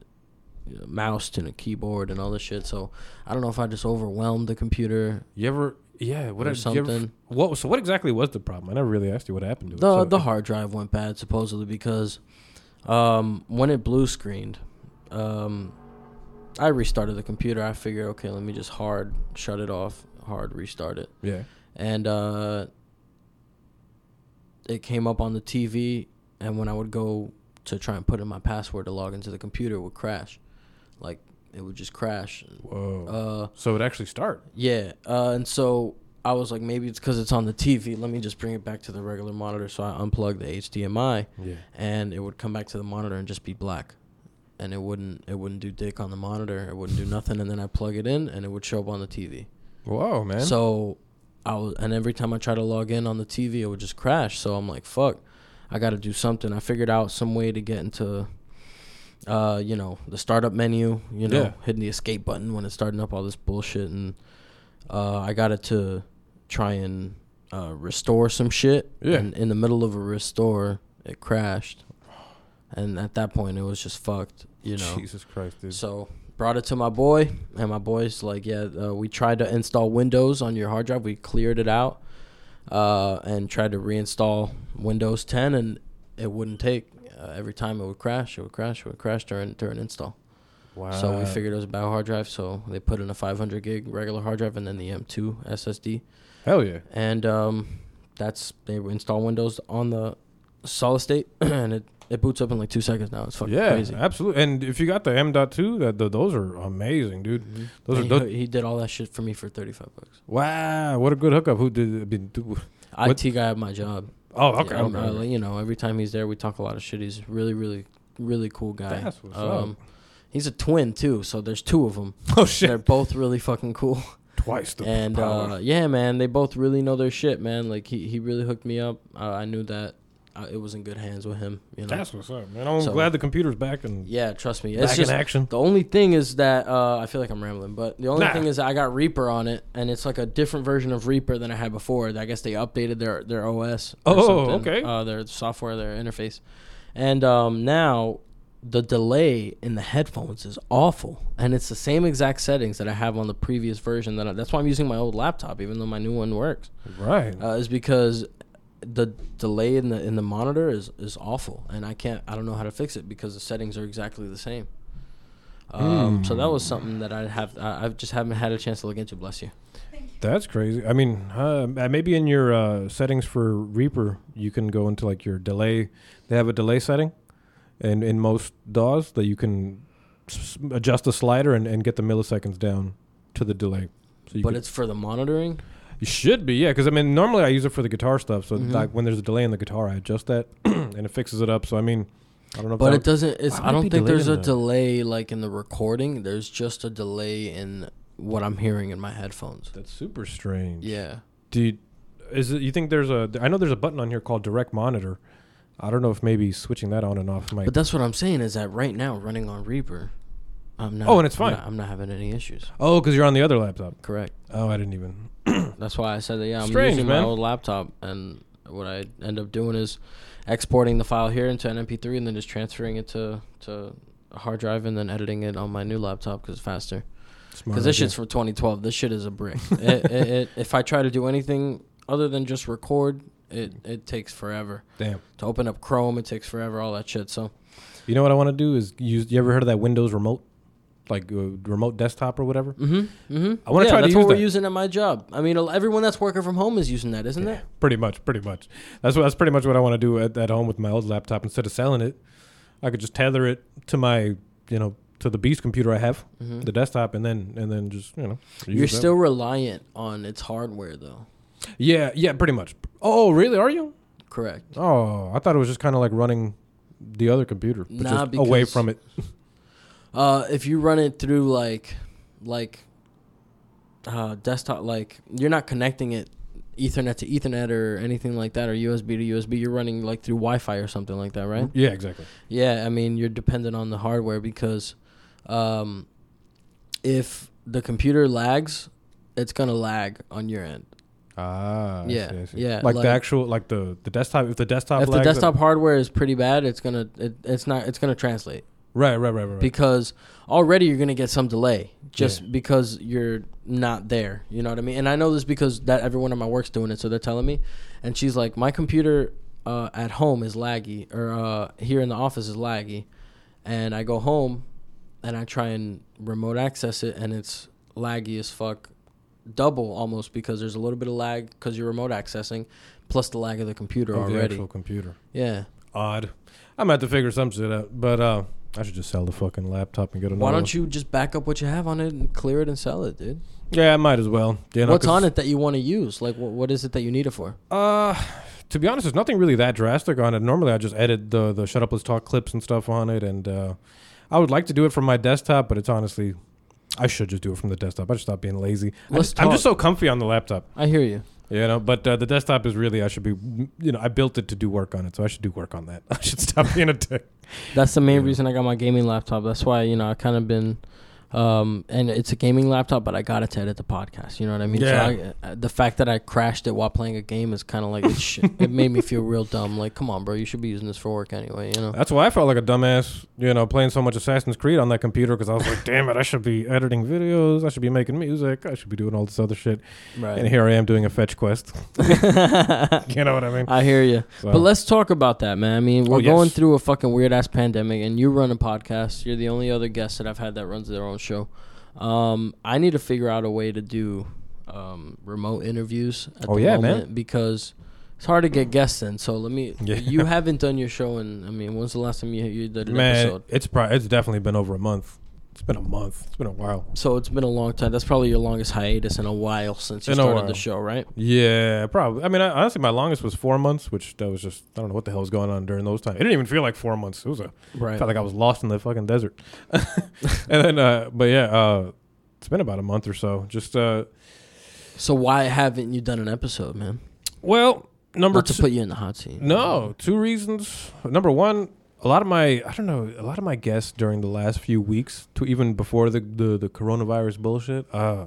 you know, mouse and a keyboard and all this shit. So I don't know if I just overwhelmed the computer.
You ever? Yeah. What?
or
did- you ever-
something.
what? So what exactly was the problem? I never really asked you what happened to it.
The
so-
the hard drive went bad supposedly because Um, when it blue screened, um, I restarted the computer. I figured, okay, let me just hard shut it off, hard restart it,
Yeah.
and uh, it came up on the TV. And when I would go to try and put in my password to log into the computer, it would crash. Like it would just crash.
Whoa.
Uh,
so it actually start.
yeah, uh, and so I was like, maybe it's because it's on the TV. Let me just bring it back to the regular monitor. So I unplugged the HDMI,
Yeah.
and it would come back to the monitor and just be black, and it wouldn't it wouldn't do dick on the monitor. It wouldn't do nothing. And then I plug it in, and it would show up on the TV.
Whoa, man.
So I was, and every time I try to log in on the TV, it would just crash. So I'm like, fuck, I got to do something. I figured out some way to get into, uh, you know, the startup menu. You know,
Yeah.
hitting the escape button when it's starting up all this bullshit, and uh, I got it to try and uh, restore some shit.
Yeah.
And in the middle of a restore, it crashed, and at that point, it was just fucked. You know.
Jesus Christ, dude.
So brought it to my boy, and my boy's like, "Yeah, uh, we tried to install Windows on your hard drive. We cleared it out, uh, and tried to reinstall Windows 10, and it wouldn't take. Uh, every time it would crash, it would crash, it would crash during during install.
wow.
So we figured it was a bad hard drive. So they put in a 500 gig regular hard drive, and then the M2 SSD,
Hell yeah.
and um, that's they install Windows on the solid state, and it it boots up in like two seconds now. It's fucking
Yeah,
crazy.
absolutely. And if you got the M.2, that th those are amazing, dude.
Mhm.
Those
And
are
he, he did all that shit for me for 35 bucks.
Wow, what a good hookup. Who did? I mean, do- What-
IT guy at my job.
oh, okay.
Yeah, I'm-
okay,
uh,
okay.
you know, every time he's there, we talk a lot of shit. He's really, really, really cool guy. Um,
That's what's up.
He's a twin too, so there's two of them.
Oh
They're
shit!
both really fucking cool.
Twice the
and
power.
uh, yeah, man, they both really know their shit, man. Like he, he really hooked me up. Uh, I knew that uh, it was in good hands with him. You know.
That's what's up, man. I'm
so-
glad the computer's back and
yeah, trust me. It's
back
just
in action.
the only thing is that uh, I feel like I'm rambling, but the only
Nah.
thing is I got Reaper on it, and it's like a different version of Reaper than I had before. I guess they updated their their OS. or
Oh,
something,
okay.
Uh, their software, their interface, and um, now the delay in the headphones is awful, and it's the same exact settings that I have on the previous version. That I, that's why I'm using my old laptop, even though my new one works
Right.
uh, is because the delay in the in the monitor is is awful, and I can't I don't know how to fix it because the settings are exactly the same. Um, So that was something that I have I, I just haven't had a chance to look into. Bless you.
That's crazy. I mean, uh, maybe in your uh, settings for Reaper, you can go into like your delay. They have a delay setting, and in most DAWs that you can s- adjust the slider and, and get the milliseconds down to the delay. So you
But
could-
it's for the monitoring.
It should be, yeah. Because I mean, normally I use it for the guitar stuff. So
Mhm.
like when there's a delay in the guitar, I adjust that and it fixes it up. So I mean, I don't know. If
But
that
it doesn't. It's
Why would
I
it
don't
be
think there's a
delayed in the-
delay like in the recording. There's just a delay in what I'm hearing in my headphones.
that's super strange.
Yeah.
Do you, is it, you think there's a? I know there's a button on here called direct monitor. I don't know if maybe switching that on and off might.
But that's what I'm saying is that right now running on Reaper, I'm not.
Oh, and it's fine.
I'm not, I'm not having any issues.
oh, because you're on the other laptop.
Correct.
Oh, I didn't even.
That's why I said that. Yeah, I'm
Strange,
using
man.
my old laptop, and what I end up doing is exporting the file here into an MP3, and then just transferring it to to a hard drive, and then editing it on my new laptop because it's faster. Because this shit's from 2012. This shit is a brick. it, it, it, if I try to do anything other than just record, it it takes forever.
damn.
To open up Chrome, it takes forever. All that shit. So
You know what I want to do is use. You ever heard of that Windows remote, like uh, remote desktop or whatever?
Mm-hmm. Mm-hmm.
I wanna
yeah,
try to
That's
use
what we're
that.
using at my job. I mean, el- everyone that's working from home is using that, isn't it?
Pretty much, pretty much. That's what that's pretty much what I want to do at, at home with my old laptop. Instead of selling it, I could just tether it to my, you know, to the beast computer I have,
Mhm.
the desktop, and then and then just you know. use
You're
that.
still reliant on its hardware, though.
Yeah, yeah, pretty much. Oh, really? Are you?
Correct.
Oh, I thought it was just kind of like running the other computer, but
Nah,
just away
because-
from it.
Uh, if you run it through like, like, uh, desktop, like you're not connecting it Ethernet to Ethernet or anything like that, or USB to USB. You're running like through Wi-Fi or something like that, right?
Yeah, exactly.
Yeah, I mean you're dependent on the hardware because, um, if the computer lags, it's gonna lag on your end.
Ah, I
Yeah,
see, I see.
yeah,
Like,
like-
the actual, like the the desktop. If the desktop,
if the
lags, then-
desktop hardware is pretty bad, it's gonna it, it's not it's gonna translate.
right, right, right, right, right.
because already you're gonna get some delay just
Yeah.
because you're not there. You know what I mean? And I know this because that everyone at my work's doing it, so they're telling me. And she's like, my computer uh, at home is laggy, or uh, here in the office is laggy, and I go home, and I try and remote access it, and it's laggy as fuck, double almost because there's a little bit of lag because you're remote accessing, plus the lag of the computer
Of the
already.
actual computer.
yeah.
Odd. I'm about to figure some shit out, but uh, I should just sell the fucking laptop and get another.
Why
one.
don't you just back up what you have on it and clear it and sell it, dude?
Yeah, I might as well. You know,
What's
'cause,
on it that you want to use? Like, what, what is it that you need it for?
Uh, to be honest, there's nothing really that drastic on it. Normally, I just edit the the shut up, let's talk clips and stuff on it, and uh, I would like to do it from my desktop, but it's honestly, I should just do it from the desktop. I should stop being lazy. I
Let's
just, I'm
talk.
just so comfy on the laptop,
I hear you.
you know. But uh, the desktop is really I should be, you know, I built it to do work on it, so I should do work on that. I should stop being a dick.
That's the main
Yeah.
reason I got my gaming laptop. That's why you know I kind of been, um, and it's a gaming laptop, but I got it to edit the podcast. You know what I mean?
Yeah.
So I, uh, the fact that I crashed it while playing a game is kind of like it's shit. it made me feel real dumb. Like, come on, bro, you should be using this for work anyway. You know?
That's why I felt like a dumbass, you know, playing so much Assassin's Creed on that computer because I was like, damn it, I should be editing videos, I should be making music, I should be doing all this other shit, and
Right.
here I am doing a fetch quest. You know what I mean?
I hear you.
So-
Uh, But let's talk about that, man. I mean, we're
Oh, yes.
going through a fucking weird ass pandemic, and you run a podcast. You're the only other guest that I've had that runs their own show. Um, I need to figure out a way to do um, remote interviews. At
Oh,
the
yeah, man.
moment because it's hard to get guests in. So let me.
Yeah.
You haven't done your show, and I mean, when's the last time you you did an
man,
episode?
it's probably it's definitely been over a month. It's been a month. It's been a while.
So it's been a long time. That's probably your longest hiatus in a while since you
In a
started
while.
the show, right?
Yeah, probably. I mean, I, honestly, my longest was four months, which that was just I don't know what the hell was going on during those times. It didn't even feel like four months. It was a
Right.
felt like I was lost in the fucking desert. and then, uh, but yeah, uh, it's been about a month or so. Just uh,
So why haven't you done an episode, man?
well, number
Not
two.
to put you in the hot seat.
No, two reasons. Number one, a lot of my I don't know, a lot of my guests during the last few weeks, to even before the the, the coronavirus bullshit, uh,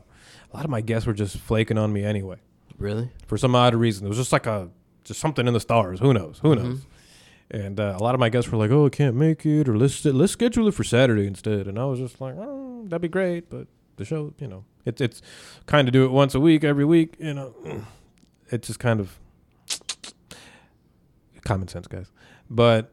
a lot of my guests were just flaking on me anyway
Really?
for some odd reason. It was just like a just something in the stars. Who knows? Who
Mhm.
knows? And uh, a lot of my guests were like, "Oh, I can't make it," or "Let's let's schedule it for Saturday instead." And I was just like, oh, "That'd be great," but the show, you know, it's it's kind of do it once a week, every week, you know. It's just kind of common sense, guys. But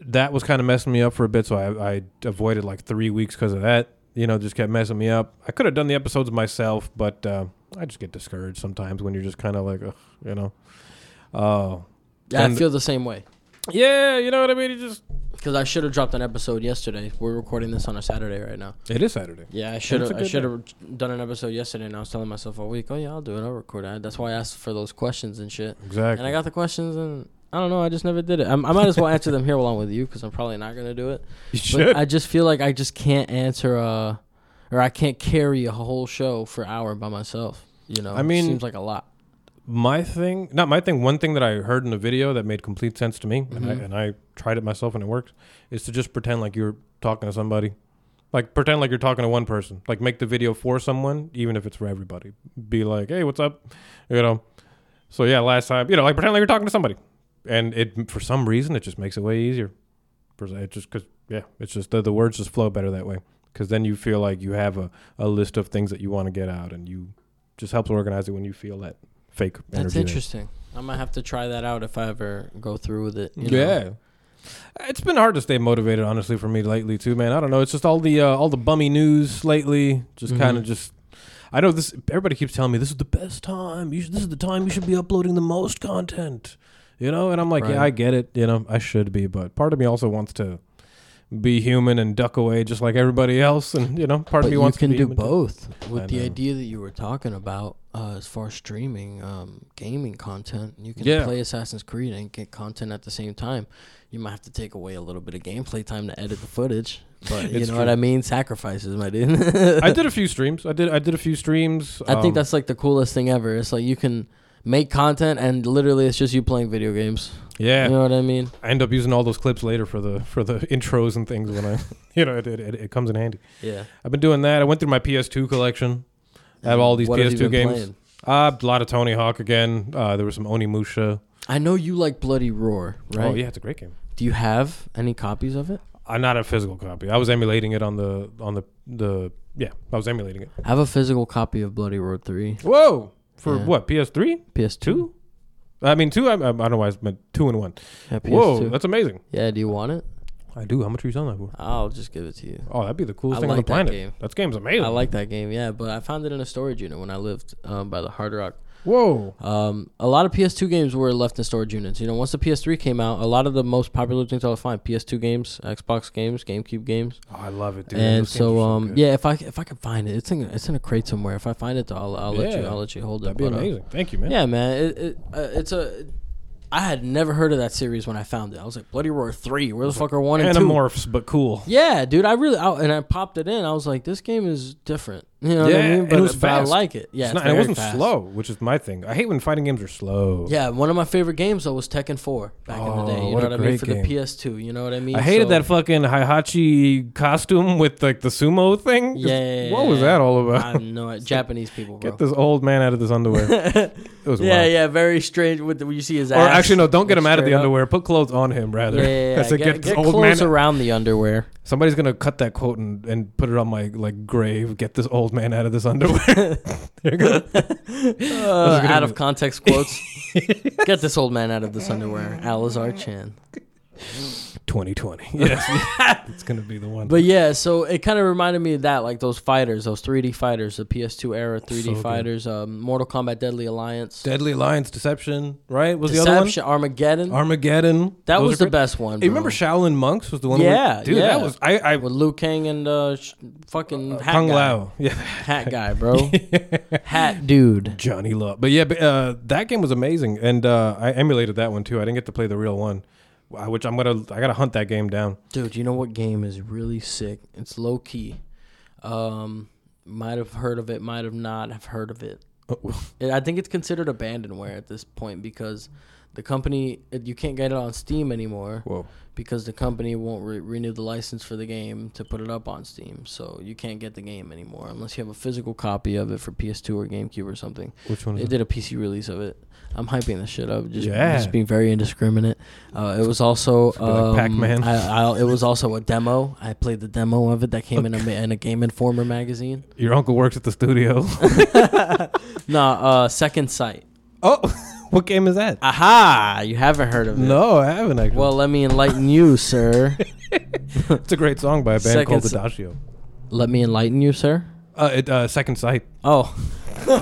that was kind of messing me up for a bit, so I, I avoided like three weeks because of that. You know, just kept messing me up. I could have done the episodes myself, but uh, I just get discouraged sometimes when you're just kind of like, Ugh, you know, oh.
Yeah, I
And-
feel the same way.
Yeah, you know what I mean. It just
Because I should have dropped an episode yesterday. We're recording this on a Saturday right now.
it is Saturday.
Yeah, I should have.
a
I
good
should have done an episode yesterday, and I was telling myself all week, "Oh yeah, I'll do it. I'll record it." That's why I asked for those questions and shit.
Exactly.
And I got the questions, and I don't know. I just never did it. I'm, I might as well answer them here along with you because I'm probably not gonna do it.
you
But
should.
I just feel like I just can't answer a, or I can't carry a whole show for an hour by myself. You know,
I mean-
seems like a lot.
my thing, not my thing. One thing that I heard in a video that made complete sense to me, and, I,
Mhm.
and I tried it myself and it worked, is to just pretend like you're talking to somebody, like pretend like you're talking to one person, like make the video for someone, even if it's for everybody. Be like, hey, what's up, you know? So yeah, last time, you know, like pretend like you're talking to somebody, and it for some reason it just makes it way easier. For it just because yeah, it's just the, the words just flow better that way. Because then you feel like you have a, a list of things that you want to get out, and you just helps organize it when you feel that fake.
That's
energy there.
interesting. I might have to try that out if I ever go through with it. You know?
Yeah. It's been hard to stay motivated, honestly, for me lately too, man. I don't know. It's just all the uh, all the bummy news lately. Just
Mhm.
kind of just. I know this. Everybody keeps telling me this is the best time. You should, this is the time you should be uploading the most content. You know, and I'm like, yeah,
Right.
I get it. You know, I should be, but part of me also wants to be human and duck away, just like everybody else. And you know, part
But
of me
you
wants
can
to be
do
human, too.
both with
I
the
know.
idea that you were talking about uh, as far as streaming um, gaming content. You can
Yeah.
play Assassin's Creed and get content at the same time. You might have to take away a little bit of gameplay time to edit the footage, but you know
It's
what
true.
I mean. Sacrifices, my dude.
I did a few streams. I did. I did a few streams.
I
um,
think that's like the coolest thing ever. It's like you can make content and literally it's just you playing video games.
yeah.
You know what I mean?
I end up using all those clips later for the for the intros and things when I, you know, it, it, it, it comes in handy.
Yeah.
I've been doing that. I went through my PS2 collection. I have all these
What have you
PS2
been
games.
playing?
Uh, a lot of Tony Hawk again. Uh, there was some Onimusha.
I know you like Bloody Roar, right?
Oh yeah, it's a great game.
Do you have any copies of it?
Uh, not a physical copy. I was emulating it on the on the the yeah. I was emulating it.
I have a physical copy of Bloody Roar 3,
Whoa, for
Yeah.
what PS3?
PS2.
Two? I mean, two. I, I don't know why I meant two and one.
Yeah, PS2.
Whoa, that's amazing.
yeah, do you want it?
I do. How much are you selling that for?
I'll just give it to you.
Oh, that'd be the coolest
I
thing on
like
the
that
planet.
game.
That game's amazing.
I like that game, yeah, but I found it in a storage unit when I lived um, by the Hard Rock.
Whoa.
Um, a lot of PS2 games were left in storage units. You know, once the PS3 came out, a lot of the most popular things I'll find PS2 games, Xbox games, GameCube games,
Oh, I love it, dude.
and
Those games
so
are
um,
good.
yeah, if I if I can find it, it's in it's in a crate somewhere. If I find it, though, I'll, I'll let you
Yeah.
I'll let you hold
that'd
it.
be
but, uh,
amazing. Thank you, man.
yeah, man, it, it uh, it's a. I had never heard of that series when I found it. I was like, Bloody Roar three, where the fuck are one and two?
Animorphs, but cool.
Yeah, dude, I really I, and I popped it in. I was like, this game is different. You know what
Yeah,
I mean?
and
But,
it was
but I
fast.
like it. Yeah,
It's
it's
not- and it
very
wasn't
fast.
slow, which is my thing. I hate when fighting games are slow.
Yeah, one of my favorite games though was Tekken 4 back in the
Oh,
day. You know
what
what
a
I mean?
great
For
game.
the PS2, you know what I mean?
I hated
So-
that fucking Hihachi costume with like the sumo thing. Just-
Yeah,
What was that all about?
I have no idea. Japanese people, bro.
Get this old man out of this underwear. It was
yeah,
wild.
yeah, very strange. With the, when you see his
Or
ass.
actually, no, don't get him out of the
straight up.
underwear. Put clothes on him, rather.
Yeah, yeah, yeah.
I said,
get,
get, this
get
old man.
clothes around the underwear.
Somebody's gonna cut that quote and, and put it on my like grave. Get this old man out of this underwear. They're gonna-
Uh,
gonna
out
be-
of context quotes. get this old man out of this underwear, Alizar Chan.
2020. Yes, it's gonna be the one.
But yeah, so it kind of reminded me of that, like those fighters, those 3D fighters, the PS2 era 3D
So good.
fighters, um, Mortal Kombat Deadly Alliance,
Deadly Alliance, Deception, right? Was
Deception, Armageddon.
the other one Armageddon?
that
Those
was
are
the
great.
best one.
Hey, remember
bro.
Shaolin Monks was the one?
Yeah,
where, dude,
yeah.
that was I. I
with Liu Kang and uh, sh- fucking hat
Kung
guy.
Lao, yeah,
hat guy, bro, hat dude.
Johnny Law. But yeah, but, uh, that game was amazing, and uh, I emulated that one too. I didn't get to play the real one, uh, which I'm gonna I gotta hunt that game down.
Dude, you know what game is really sick? It's low key. Um, might have heard of it, might have not have heard of it. It- I think it's considered abandonware at this point because the company it- you can't get it on Steam anymore
Whoa.
because the company won't re- renew the license for the game to put it up on Steam. So you can't get the game anymore unless you have a physical copy of it for PS2 or GameCube or something.
Which one?
They
Is
did a PC release of it. I'm hyping this shit up. Just,
Mm-hmm. Yeah.
just being very indiscriminate. Uh, it was also
be like
um,
Pac-Man.
I, I, it was also a demo. I played the demo of it that came in a ma- in a Game Informer magazine.
it? Your uncle works at the studio.
No, uh, Second Sight.
oh, what game is that?
Aha! You haven't heard of it.
No, I haven't actually.
Well, let me enlighten you, sir.
it's a great song by a band called
Second
Adagio.
let me enlighten you, sir.
Uh, it, uh, Second Sight.
Oh. I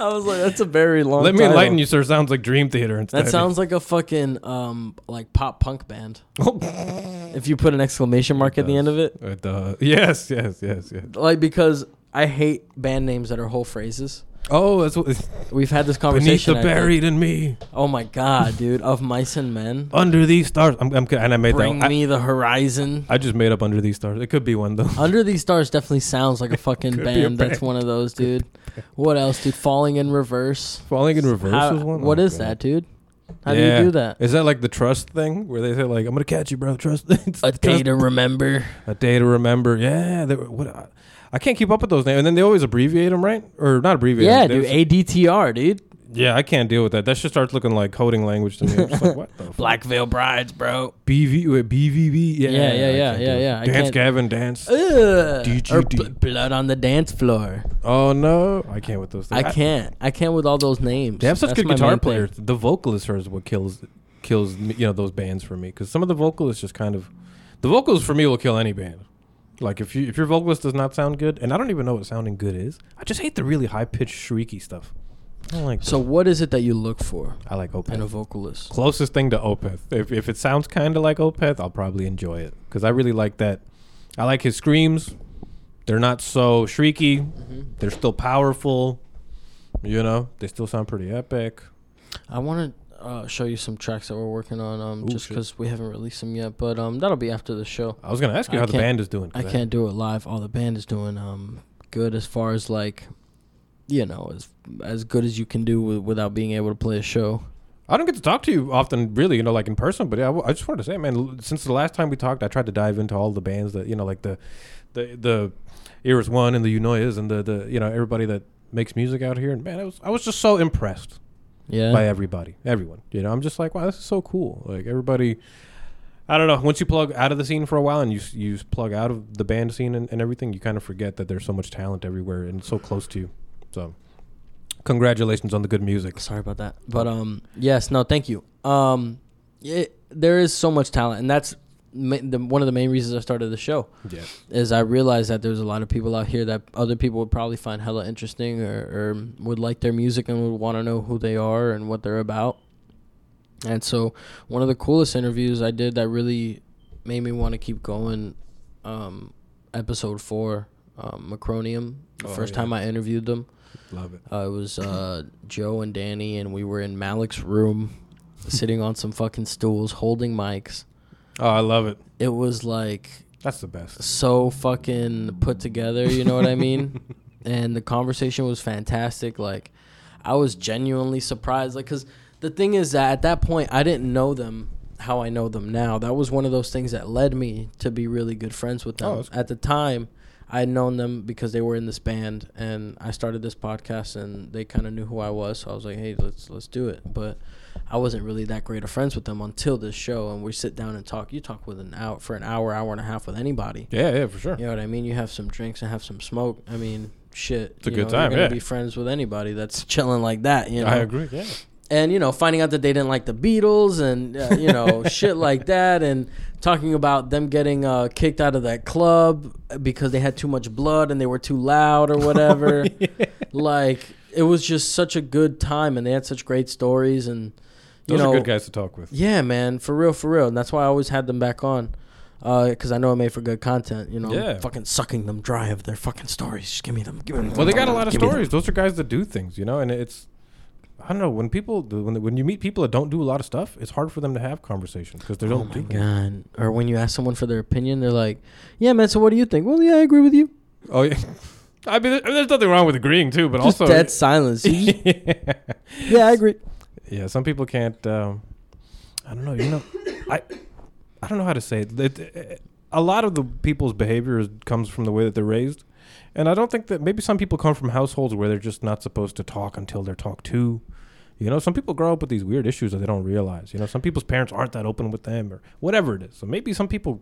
was like, that's a very long.
Let me
title.
enlighten you, sir. Sounds like Dream Theater instead.
That sounds like a fucking um like pop punk band. If you put an exclamation mark at the end of it,
It, uh, yes, yes, yes, yes.
like because I hate band names that are whole phrases.
Oh, that's what.
We've had this
Beneath
conversation.
the
I think.
buried in me,
Oh my god, dude! Of mice and men,
under these stars. I'm, I'm kidding, and I made
bring
that. I,
me the horizon.
I just made up under these stars. It could be one though.
Under these stars definitely sounds like a fucking
Could be a
band. That's
band.
one of those, dude. What else, dude? Falling in reverse.
Falling in reverse
How-
is one.
What
Oh,
is
God.
that, dude? How
Yeah.
do you do that?
Is that like the trust thing where they say like, "I'm gonna catch you, bro"? Trust. it's
A
trust-
day to remember.
A day to remember. Yeah. They, were- what? I, I can't keep up with those names, and then they always abbreviate them, right? Or not abbreviate?
Yeah,
'em, they
dude.
always-
ADTR, dude.
yeah, I can't deal with that. That just starts looking like coding language to me. I'm just like, what the fuck?
Black Veil Brides, bro.
BV, wait, BVB. Yeah,
Yeah, yeah,
I
yeah,
can't
yeah,
do it.
yeah, I
Dance,
can't- Uh,
Gavin, dance.
Ugh. Or
DGD.
bl- blood on the dance floor.
Oh no, I can't with those things.
I can't. I can't with all those names.
They have such
That's
good
my
guitar
main thing.
players. The vocalists are what kills kills me- you know those bands for me because some of the vocalists just kind of the vocals for me will kill any band. Like if you if your vocalist does not sound good, and I don't even know what sounding good is. I just hate the really high pitched shrieky stuff. I don't like.
So what is it that you look for
I like
in a
Opeth.
vocalist?
Closest thing to Opeth. If if it sounds kind of like Opeth, I'll probably enjoy it because I really like that. I like his screams. They're not so shrieky.
Mm-hmm.
They're still powerful. You know, they still sound pretty epic.
I want to uh, show you some tracks that we're working on, um,
Ooh,
just
shit.
because we haven't released them yet. But um, that'll be after the show.
I was gonna ask you
I
how the
can't-
band is doing. 'cause
I can't do it live. All the band is doing um good as far as like, you know, as as good as you can do wi- without being able to play a show.
I don't get to talk to you often, really, you know, like in person. But yeah, I, w- I just wanted to say, man, l- since the last time we talked, I tried to dive into all the bands that you know, like the, the the Eras One and the Unoyas and the the you know everybody that makes music out here. And man, I was I was just so impressed
Yeah.
by everybody, everyone. You know, I'm just like, wow, this is so cool. Like everybody, I don't know. Once you plug out of the scene for a while and you s- you s- plug out of the band scene and, and everything, you kind of forget that there's so much talent everywhere and so close to you. So Congratulations on the good music.
Sorry about that. But um, yes, no, thank you. Um, it, there is so much talent, and that's ma- the, one of the main reasons I started the show.
Yeah.
Is I realized that there's a lot of people out here that other people would probably find hella interesting, or, or would like their music and would want to know who they are and what they're about. And so, one of the coolest interviews I did that really made me want to keep going. Um, episode four, um, Macronium. The
Oh,
first
yeah.
time I interviewed them.
Love it.
Uh, it was uh, Joe and Danny, and we were in Malik's room, sitting on some fucking stools, holding mics.
Oh, I love it.
It was like
That's the best.
so fucking put together, you know what I mean? and the conversation was fantastic. Like, I was genuinely surprised. Like, cause the thing is that at that point, I didn't know them how I know them now. That was one of those things that led me to be really good friends with them.
Oh, that's cool.
At the time, I had known them because they were in this band, and I started this podcast, and they kind of knew who I was. So I was like, hey, let's let's do it. But I wasn't really that great of friends with them until this show, and we sit down and talk. You talk with an hour for an hour, hour and a half with anybody.
Yeah, yeah, for sure.
You know what I mean? You have some drinks and have some smoke. I mean, shit.
It's a
you
good
know,
time,
You're gonna
yeah.
be friends with anybody that's chilling like that. You know.
I agree. Yeah.
And you know, finding out that they didn't like the Beatles and uh, you know shit like that, and talking about them getting uh, kicked out of that club because they had too much blood and they were too loud or whatever.
Oh,
Like it was just such a good time, and they had such great stories and. You
Those
know,
are good guys to talk with.
yeah, man, for real, for real, and that's why I always had them back on, because I know it made for good content. You know,
Yeah.
fucking sucking them dry of their fucking stories. Just give me them. Give me them
Well, they got a lot of
Give me them.
stories. Those are guys that do things, you know, and it's. I don't know when people when when you meet people that don't do a lot of stuff, it's hard for them to have conversations because they
Oh
don't
my
do. it.
god! Or when you ask someone for their opinion, they're like, "Yeah, man. So what do you think?" Well, yeah, I agree with you.
Oh yeah, I mean, there- there's nothing wrong with agreeing too, but
Just
also
dead silence. You just-
yeah.
yeah, I agree.
some people can't. Um, I don't know. You know, I I don't know how to say it. It- it- A lot of the people's behavior is, comes from the way that they're raised, and I don't think that maybe some people come from households where they're just not supposed to talk until they're talked to. You know, some people grow up with these weird issues that they don't realize. You know, some people's parents aren't that open with them or whatever it is. So maybe some people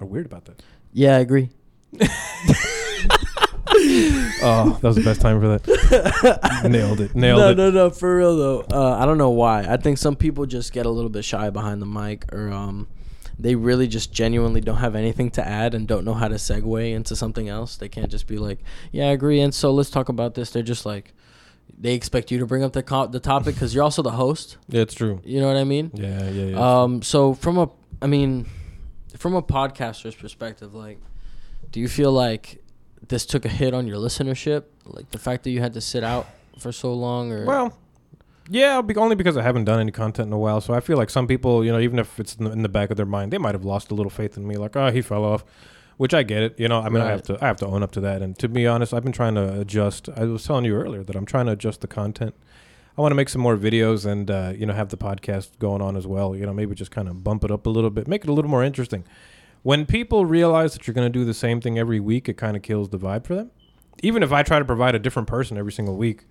are weird about that.
Yeah, I agree.
Oh, that was the best time for that. Nailed it. Nailed
no,
it.
no, no, for real though. Uh, I don't know why. I think some people just get a little bit shy behind the mic, or um, they really just genuinely don't have anything to add and don't know how to segue into something else. They can't just be like, "Yeah, I agree," and so let's talk about this. They're just like, they expect you to bring up the co- the topic because you're also the host.
Yeah, it's true.
You know what I mean?
Yeah, yeah, yeah.
Um, so from a, I mean, from a podcaster's perspective, like, do you feel like this took a hit on your listenership? Like the fact that you had to sit out for so long, or
Well, yeah, be- only because I haven't done any content in a while. So I feel like some people, you know, even if it's in the, in the back of their mind, they might have lost a little faith in me. Like, oh, he fell off, which I get it. You know, I mean, I have
Right.
to, I have to own up to that. And to be honest, I've been trying to adjust. I was telling you earlier that I'm trying to adjust the content. I want to make some more videos and uh, you know have the podcast going on as well. You know, maybe just kind of bump it up a little bit, make it a little more interesting. When people realize that you're going to do the same thing every week, it kind of kills the vibe for them. Even if I try to provide a different person every single week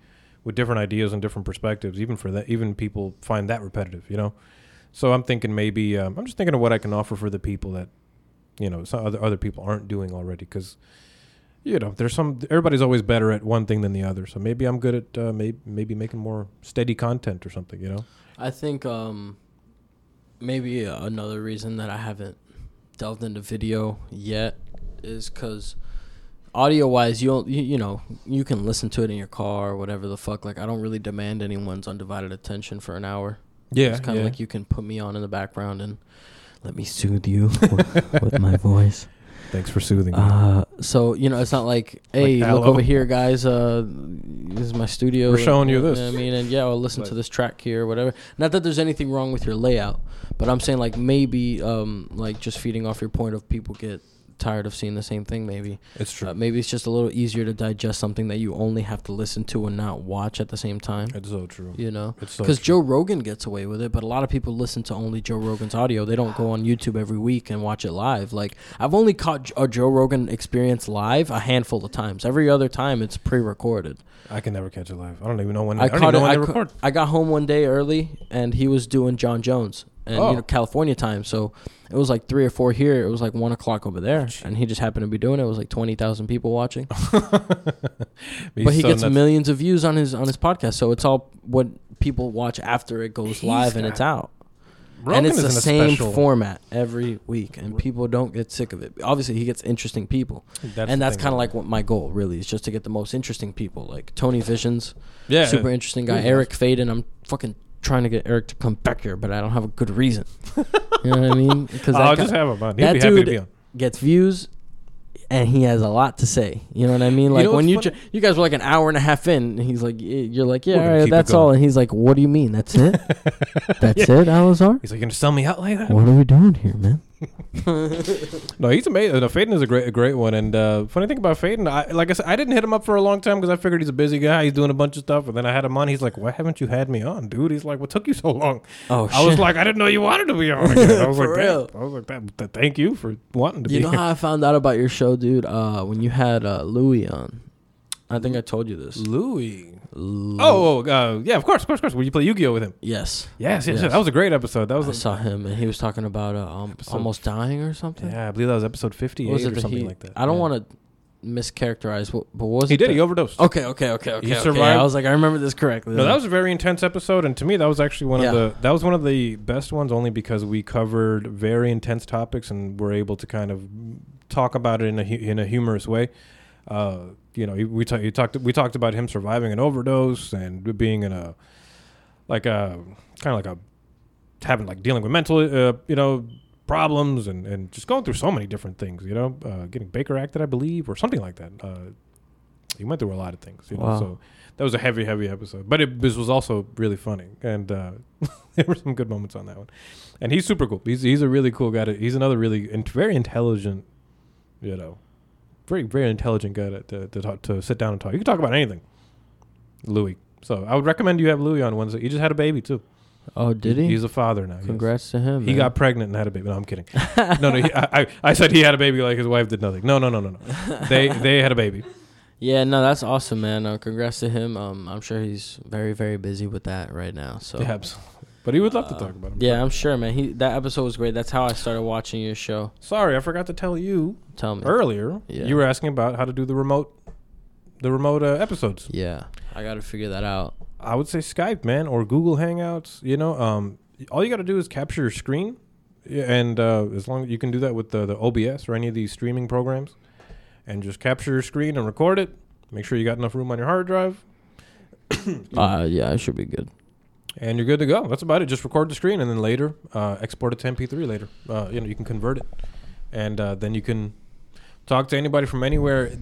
with different ideas and different perspectives, even for that, even people find that repetitive. You know, so I'm thinking maybe um, I'm just thinking of what I can offer for the people that you know some other other people aren't doing already because. You know, there's some. Everybody's always better at one thing than the other. So maybe I'm good at uh, maybe maybe making more steady content or something. You know.
I think um, maybe another reason that I haven't delved into video yet is because audio wise, you'll you, you know you can listen to it in your car or whatever the fuck. Like I don't really demand anyone's undivided attention for an hour.
Yeah.
It's kind of like you can put me on in the background and let me soothe you with, with my voice.
Thanks for soothing. me.
Uh, so you know, it's not like, hey, look
hello.
over here, guys. Uh, this is my studio.
We're showing you
know
this.
what I mean, and yeah, I'll listen to
Like-
this track here or whatever. Not that there's anything wrong with your layout, but I'm saying like maybe, um, like just feeding off your point of people get tired of seeing the same thing. Maybe,
It's true.
uh, maybe it's just a little easier to digest something that you only have to listen to and not watch at the same time.
it's so true.
You know.
It's so
Because
true.
Joe Rogan gets away with it, but a lot of people listen to only Joe Rogan's audio. They don't go on YouTube every week and watch it live. Like I've only caught J- a Joe Rogan experience live a handful of times. Every other time, it's pre-recorded.
I can never catch it live. I don't even know when.
I,
I, don't
caught it.
even know when
I,
they
cou-
record.
I got home one day early, and he was doing John Jones, and
Oh.
you know California time. So it was like three or four here. It was like one o'clock over there, and he just happened to be doing it. It was like twenty thousand people watching,
Oh, He's
but he
so
gets
nuts.
millions of views on his on his podcast. So it's all what people watch after it goes
He's
live and
got-
it's out.
Rogan
and it's the
isn't a
same
special-
format every week, and people don't get sick of it. Obviously, he gets interesting people,
That's
and
the
that's
thing.
kind of like what my goal really is, just to get the most interesting people, like Tony Visions,
yeah,
super interesting guy,
He's
Eric Faden. I'm fucking trying to get Eric to come back here, but I don't have a good reason. you know what I mean? Because
I'll Oh, just have him on. He'd
that
be happy to
dude
be on.
gets views. And he has a lot to say. You know what I mean?
know
Like
what's
when you
funny?
ju- you guys were like an hour and a half in, and he's like, y- "You're like, yeah,
We're gonna
all right,
keep it
that's all."
going.
And he's like, "What do you mean? That's it? that's it, Alizar?
He's like, you gonna sell me out like that?
What are we doing here, man?"
No, he's amazing. No, Faden is a great, a great one. And uh, funny thing about Faden, I, like I said, I didn't hit him up for a long time because I figured he's a busy guy. He's doing a bunch of stuff, and then I had him on. He's like, "Why haven't you had me on, dude?" He's like, "What took you so long?"
Oh,
I was like, "I didn't know you wanted to be on." Again. I was
For
like, "Damn."
real.
I was like, that, that- "Thank you for wanting to
you
be."
know
here.
how I found out about your show, dude? Uh, when you had uh, Louis on. I think I told you this.
Louis.
Lou-
Oh, oh, uh, yeah, of course, of course, of course. Will you play Yu-Gi-Oh with him?
yes.
Yes, yes, yes.
Yes.
That was a great episode. That was,
I
a,
saw him, and he was talking about uh, um,
Episode-
almost dying or something.
yeah, I believe that was episode fifty-eight
What was it
or
that
something
he-
like that.
I don't
yeah.
want to mischaracterize, what, but what was
He
it
did.
that-
He overdosed.
okay, okay, okay, okay.
He
okay.
survived-
I was like, I remember this correctly.
No, that was a very intense episode, and to me, that was actually one
Yeah.
of the that was one of the best ones, only because we covered very intense topics and were able to kind of talk about it in a hu- in a humorous way. Uh, you know, we ta- you talked we talked about him surviving an overdose and being in a like um, a kind of like a having like dealing with mental uh, you know problems and and just going through so many different things. You know, uh, getting Baker acted, I believe, or something like that. Uh, he went through a lot of things. You
Wow.
know, so that was a heavy, heavy episode, but it this was also really funny, and uh, there were some good moments on that one. And he's super cool. He's he's a really cool guy. To, he's another really int very intelligent, you know, very very intelligent guy to to, to, talk, to sit down and talk. You can talk about anything, Louis. So I would recommend you have Louis on Wednesday. He just had a baby too.
oh, did he?
He's a father now. yes.
Congrats to him.
He
man.
got pregnant and had a baby. No, I'm kidding. no, no. He, I, I I said he had a baby like his wife did nothing. No, no, no, no, no. they they had a baby.
Yeah, no, that's awesome, man. Uh, congrats to him. Um, I'm sure he's very, very busy with that right now. So
Yeah, absolutely. But he would love to
Uh,
talk about him.
Yeah, I'm sure, man. He that episode was great. That's how I started watching your show.
Sorry, I forgot to tell you
Tell
Er?
me.
earlier.
Yeah.
You were asking about how to do the remote, the remote uh, episodes.
Yeah, I got to figure that out.
I would say Skype, man, or Google Hangouts. You know, um, all you got to do is capture your screen, yeah, and uh, as long you can do that with the, the OBS or any of these streaming programs, and just capture your screen and record it. Make sure you got enough room on your hard drive,
Uh, yeah, I should be good.
and you're good to go. That's about it. Just record the screen, and then later uh, export it to MP3. Later, uh, you know, you can convert it, and uh, then you can talk to anybody from anywhere.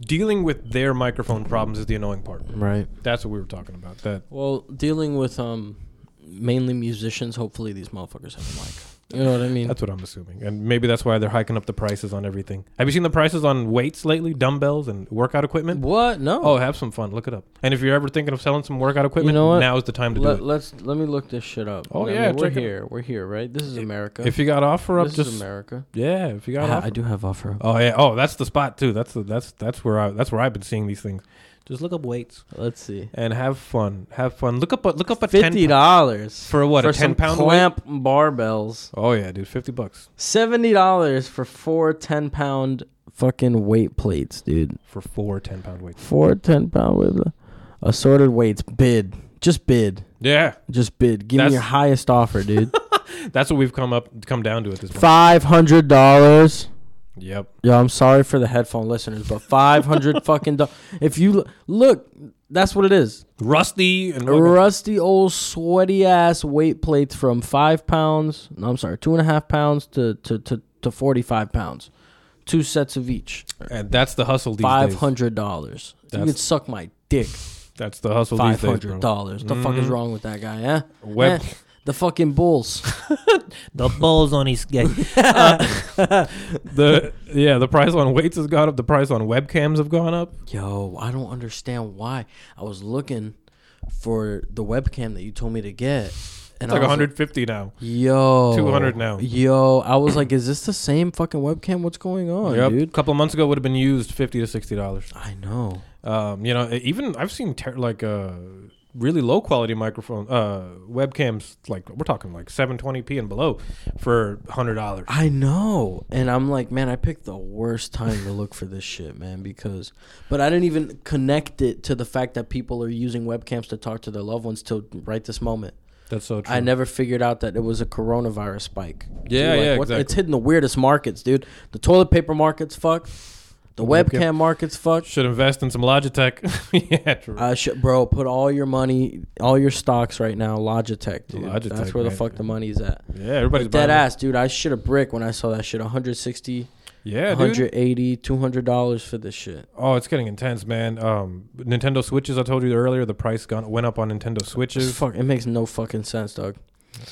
Dealing with their microphone problems is the annoying part.
Right.
That's what we were talking about. That
Well, dealing with um mainly musicians. Hopefully, these motherfuckers have a mic. You know what I mean?
That's what I'm assuming, and maybe that's why they're hiking up the prices on everything. Have you seen the prices on weights lately, dumbbells and workout equipment?
what? No.
Oh, have some fun. Look it up. And if you're ever thinking of selling some workout equipment,
know what?
now is the time to
let,
do it.
let's let me look this shit up.
Oh,
I mean,
yeah,
we're
check it-
here. We're here, right? This is America.
If you got offer up,
this
just
is America.
yeah. If you
I,
got
ha-
offer,
I do have offer. up.
oh yeah. Oh, that's the spot too. That's the that's that's where I that's where I've been seeing these things. Just look up weights
Let's see.
and have fun. Have fun. Look up a look up a
Fifty
ten
dollars
for what
for
a ten
some
pound weight.
clamp barbells.
Oh yeah, dude, fifty bucks
Seventy dollars for four 10 pound fucking weight plates, dude.
for four 10 pound weights.
Four 10 pound weight pla- assorted weights. Bid. Just bid.
Yeah,
Just bid. Give me
That's-
your highest offer, dude.
that's what we've come up come down to at this point.
Five hundred dollars.
Yep.
Yo, I'm sorry for the headphone listeners, but five hundred fucking dollars. If you lo- look, that's what it is.
rusty and
Rusty old sweaty ass weight plates from five pounds. No, I'm sorry, two and a half pounds to to to, to forty five pounds. Two sets of each.
and that's the hustle these
Five
days.
hundred dollars. You
That's-
could suck my dick.
That's the hustle
Five
these days.
hundred
bro. Mm-hmm.
dollars. The fuck is wrong with that guy? Eh?
Web-
Eh? The fucking bulls.
The balls on his guy.
The yeah, the price on weights has gone up. The price on webcams have gone up.
Yo, I don't understand why. I was looking for the webcam that you told me to get, and
It's
I
like
was
150 now.
Yo,
200 now.
Yo, I was like, is this the same fucking webcam? What's going on,
yep. A
dude?
couple months ago, would have been used 50 to 60 dollars.
I know.
e-, Um, you know, even I've seen ter- like uh, really low quality microphone uh, webcams. Like we're talking like 720p and below for hundred dollars.
I know. And I'm like, man, I picked the worst time to look for this shit, man, because but I didn't even connect it to the fact that people are using webcams to talk to their loved ones till right this moment.
That's so true.
I never figured out that it was a coronavirus spike.
Yeah, yeah, exactly.
It's hitting the weirdest markets, dude. The toilet paper market's fucked. The webcam,
Webcam.
market's fucked.
Should invest in some Logitech. yeah, true.
Uh, sh- bro, put all your money, all your stocks right now, Logitech, dude.
Logitech,
That's where the
man.
fuck the money's at.
yeah, everybody's
Dead
buying-
ass, dude. I shit a brick when I saw that shit. 160
Yeah, dude.
180 200 dollars for this shit
Oh, it's getting intense, man. Um, Nintendo Switches. I told you earlier, the price gone went up on Nintendo
Just
Switches.
fuck, it makes no fucking sense dog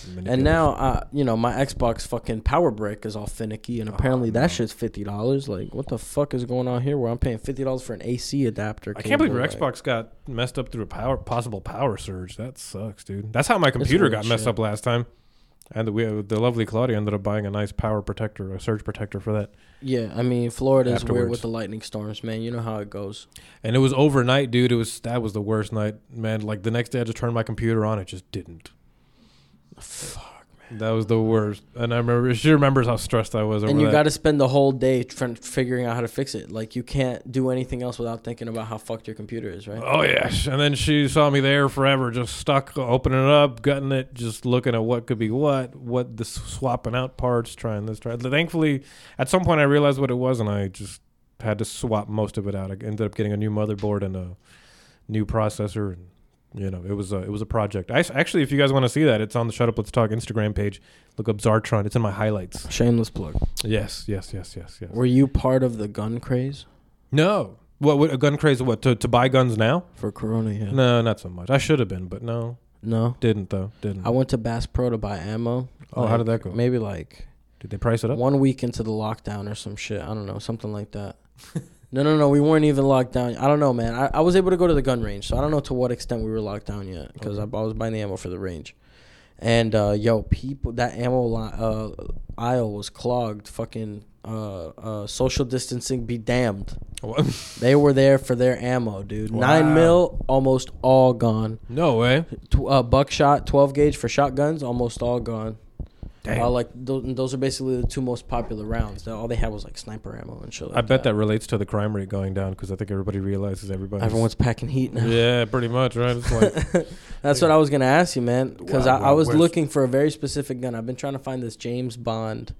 Manipulation.
and now uh, you know my xbox fucking power brick is all finicky
Oh,
and apparently that shit's $50 like what the fuck is going on here where i'm paying $50 for an ac adapter
I can't
cable,
believe your
like-
Xbox got messed up through a power possible power surge. That sucks, dude. That's how my computer
weird
got messed
shit.
up last time. And we, uh, the lovely Claudia ended up buying a nice power protector, a surge protector for that.
yeah i mean florida's weird
Afterwards.
with the lightning storms man you know how it goes
And it was overnight, dude. It was that was the worst night, man. Like the next day, I just turned my computer on. It just didn't.
fuck
That was the worst. And I remember she remembers how stressed I was. Over
and you
that.
got to spend the whole day trying figuring out how to fix it like you can't do anything else without thinking about how fucked your computer is right
Oh yes, and then she saw me there forever, just stuck, opening it up, gutting it, just looking at what could be what, what the s- swapping out parts, trying this, trying. Thankfully, at some point I realized what it was, and I just had to swap most of it out. I ended up getting a new motherboard and a new processor, and you know, it was a it was a project. I s- actually, if you guys want to see that, it's on the Shut Up Let's Talk Instagram page. Look up Zartron. It's in my highlights.
shameless plug
Yes, yes, yes, yes, yes.
were you part of the gun craze
No, what, what a gun craze? What to to buy guns now?
For Corona, yeah. No.
No, not so much. I should have been, but no. Didn't though. Didn't.
I went to Bass Pro to buy ammo.
Oh, how did that go?
Maybe like
Did they price it up?
one week into the lockdown or some shit. I don't know, something like that. no, no, no. We weren't even locked down. I don't know, man. I, I was able to go to the gun range, so I don't know to what extent we were locked down yet because I, I was buying the ammo for the range. And uh, yo, people, that ammo li- uh, aisle was clogged. Fucking uh, uh, social distancing, be damned. They were there for their ammo, dude.
Wow.
Nine mil, almost all gone.
no way.
tw- uh, buckshot 12 gauge for shotguns almost all gone
Damn.
Uh, like tho- those are basically the two most popular rounds That- all they had was like sniper ammo and shit like
I bet that relates to the crime rate going down because I think everybody realizes everybody.
everyone's packing heat now
Yeah, pretty much, right? It's like,
that's what i was gonna ask you man because
Wild,
I, I
Wild
was
West.
looking for a very specific gun i've been trying to find this james bond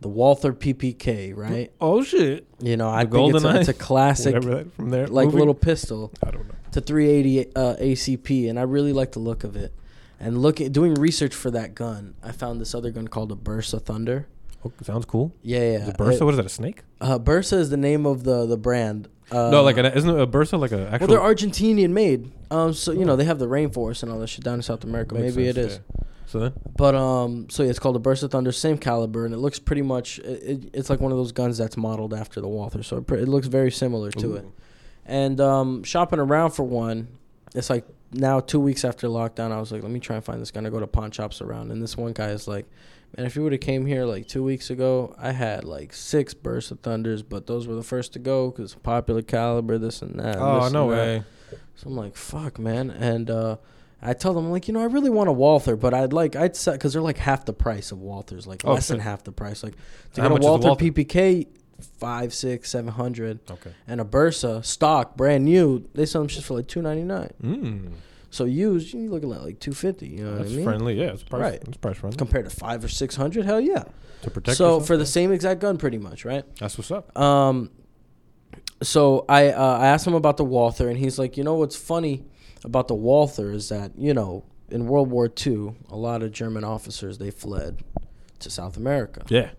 the walther ppk right
oh shit!
you know i
The
think it's a,
Golden
it's a
Eye?
classic
Whatever that from there.
like
movie?
little pistol
I don't know.
to 380 uh, ACP, and I really like the look of it. And looking, doing research for that gun, I found this other gun called a Bursa Thunder.
Oh, sounds cool.
Yeah, yeah.
Is it Bursa?
It-
what is that? A snake?
uh, Bursa is the name of the the brand. Uh,
no, like an, isn't a Bursa like an
well,
actual? Oh.
they're Argentinian made. Um, so you know they have the rainforest and all that shit down in South America.
Makes
Maybe it
sense,
is.
yeah. So then,
But um, so yeah, it's called a Burst of Thunder, same caliber, and it looks pretty much. It, it, it's like one of those guns that's modeled after the Walther, so it, pre- it looks very similar to it.
Ooh.
And um, shopping around for one, it's like now two weeks after lockdown, I was like, let me try and find this gun. I go to pawn shops around, and this one guy is like, man, if you would have came here like two weeks ago, I had like six Burst of Thunders, but those were the first to go because popular caliber, this and that. and
oh
this
no
and that."
way!
So I'm like, fuck, man. And uh, I tell them, I'm like, you know, I really want a Walther, but I'd like, I'd set, because they're like half the price of Walthers, like
Oh,
less than
shit.
half the price. Like to
How
get a
much is the
Walther,
Walther?
PPK, five, six, seven hundred,
Okay.
and a Bursa stock, brand new, they sell them shit for like two ninety nine.
Mm,
So used, you looking at like two fifty. You know
that's
what I mean?
friendly. Yeah, it's price.
Right.
It's price friendly
Compared to five or six hundred, hell yeah.
to protect.
so
yourself,
for
yeah.
the same exact gun, pretty much, right?
that's what's up.
Um, so I uh, I asked him about the Walther, and he's like, you know what's funny about the Walther is that you know in World War II, a lot of German officers they fled to South America,
Yeah,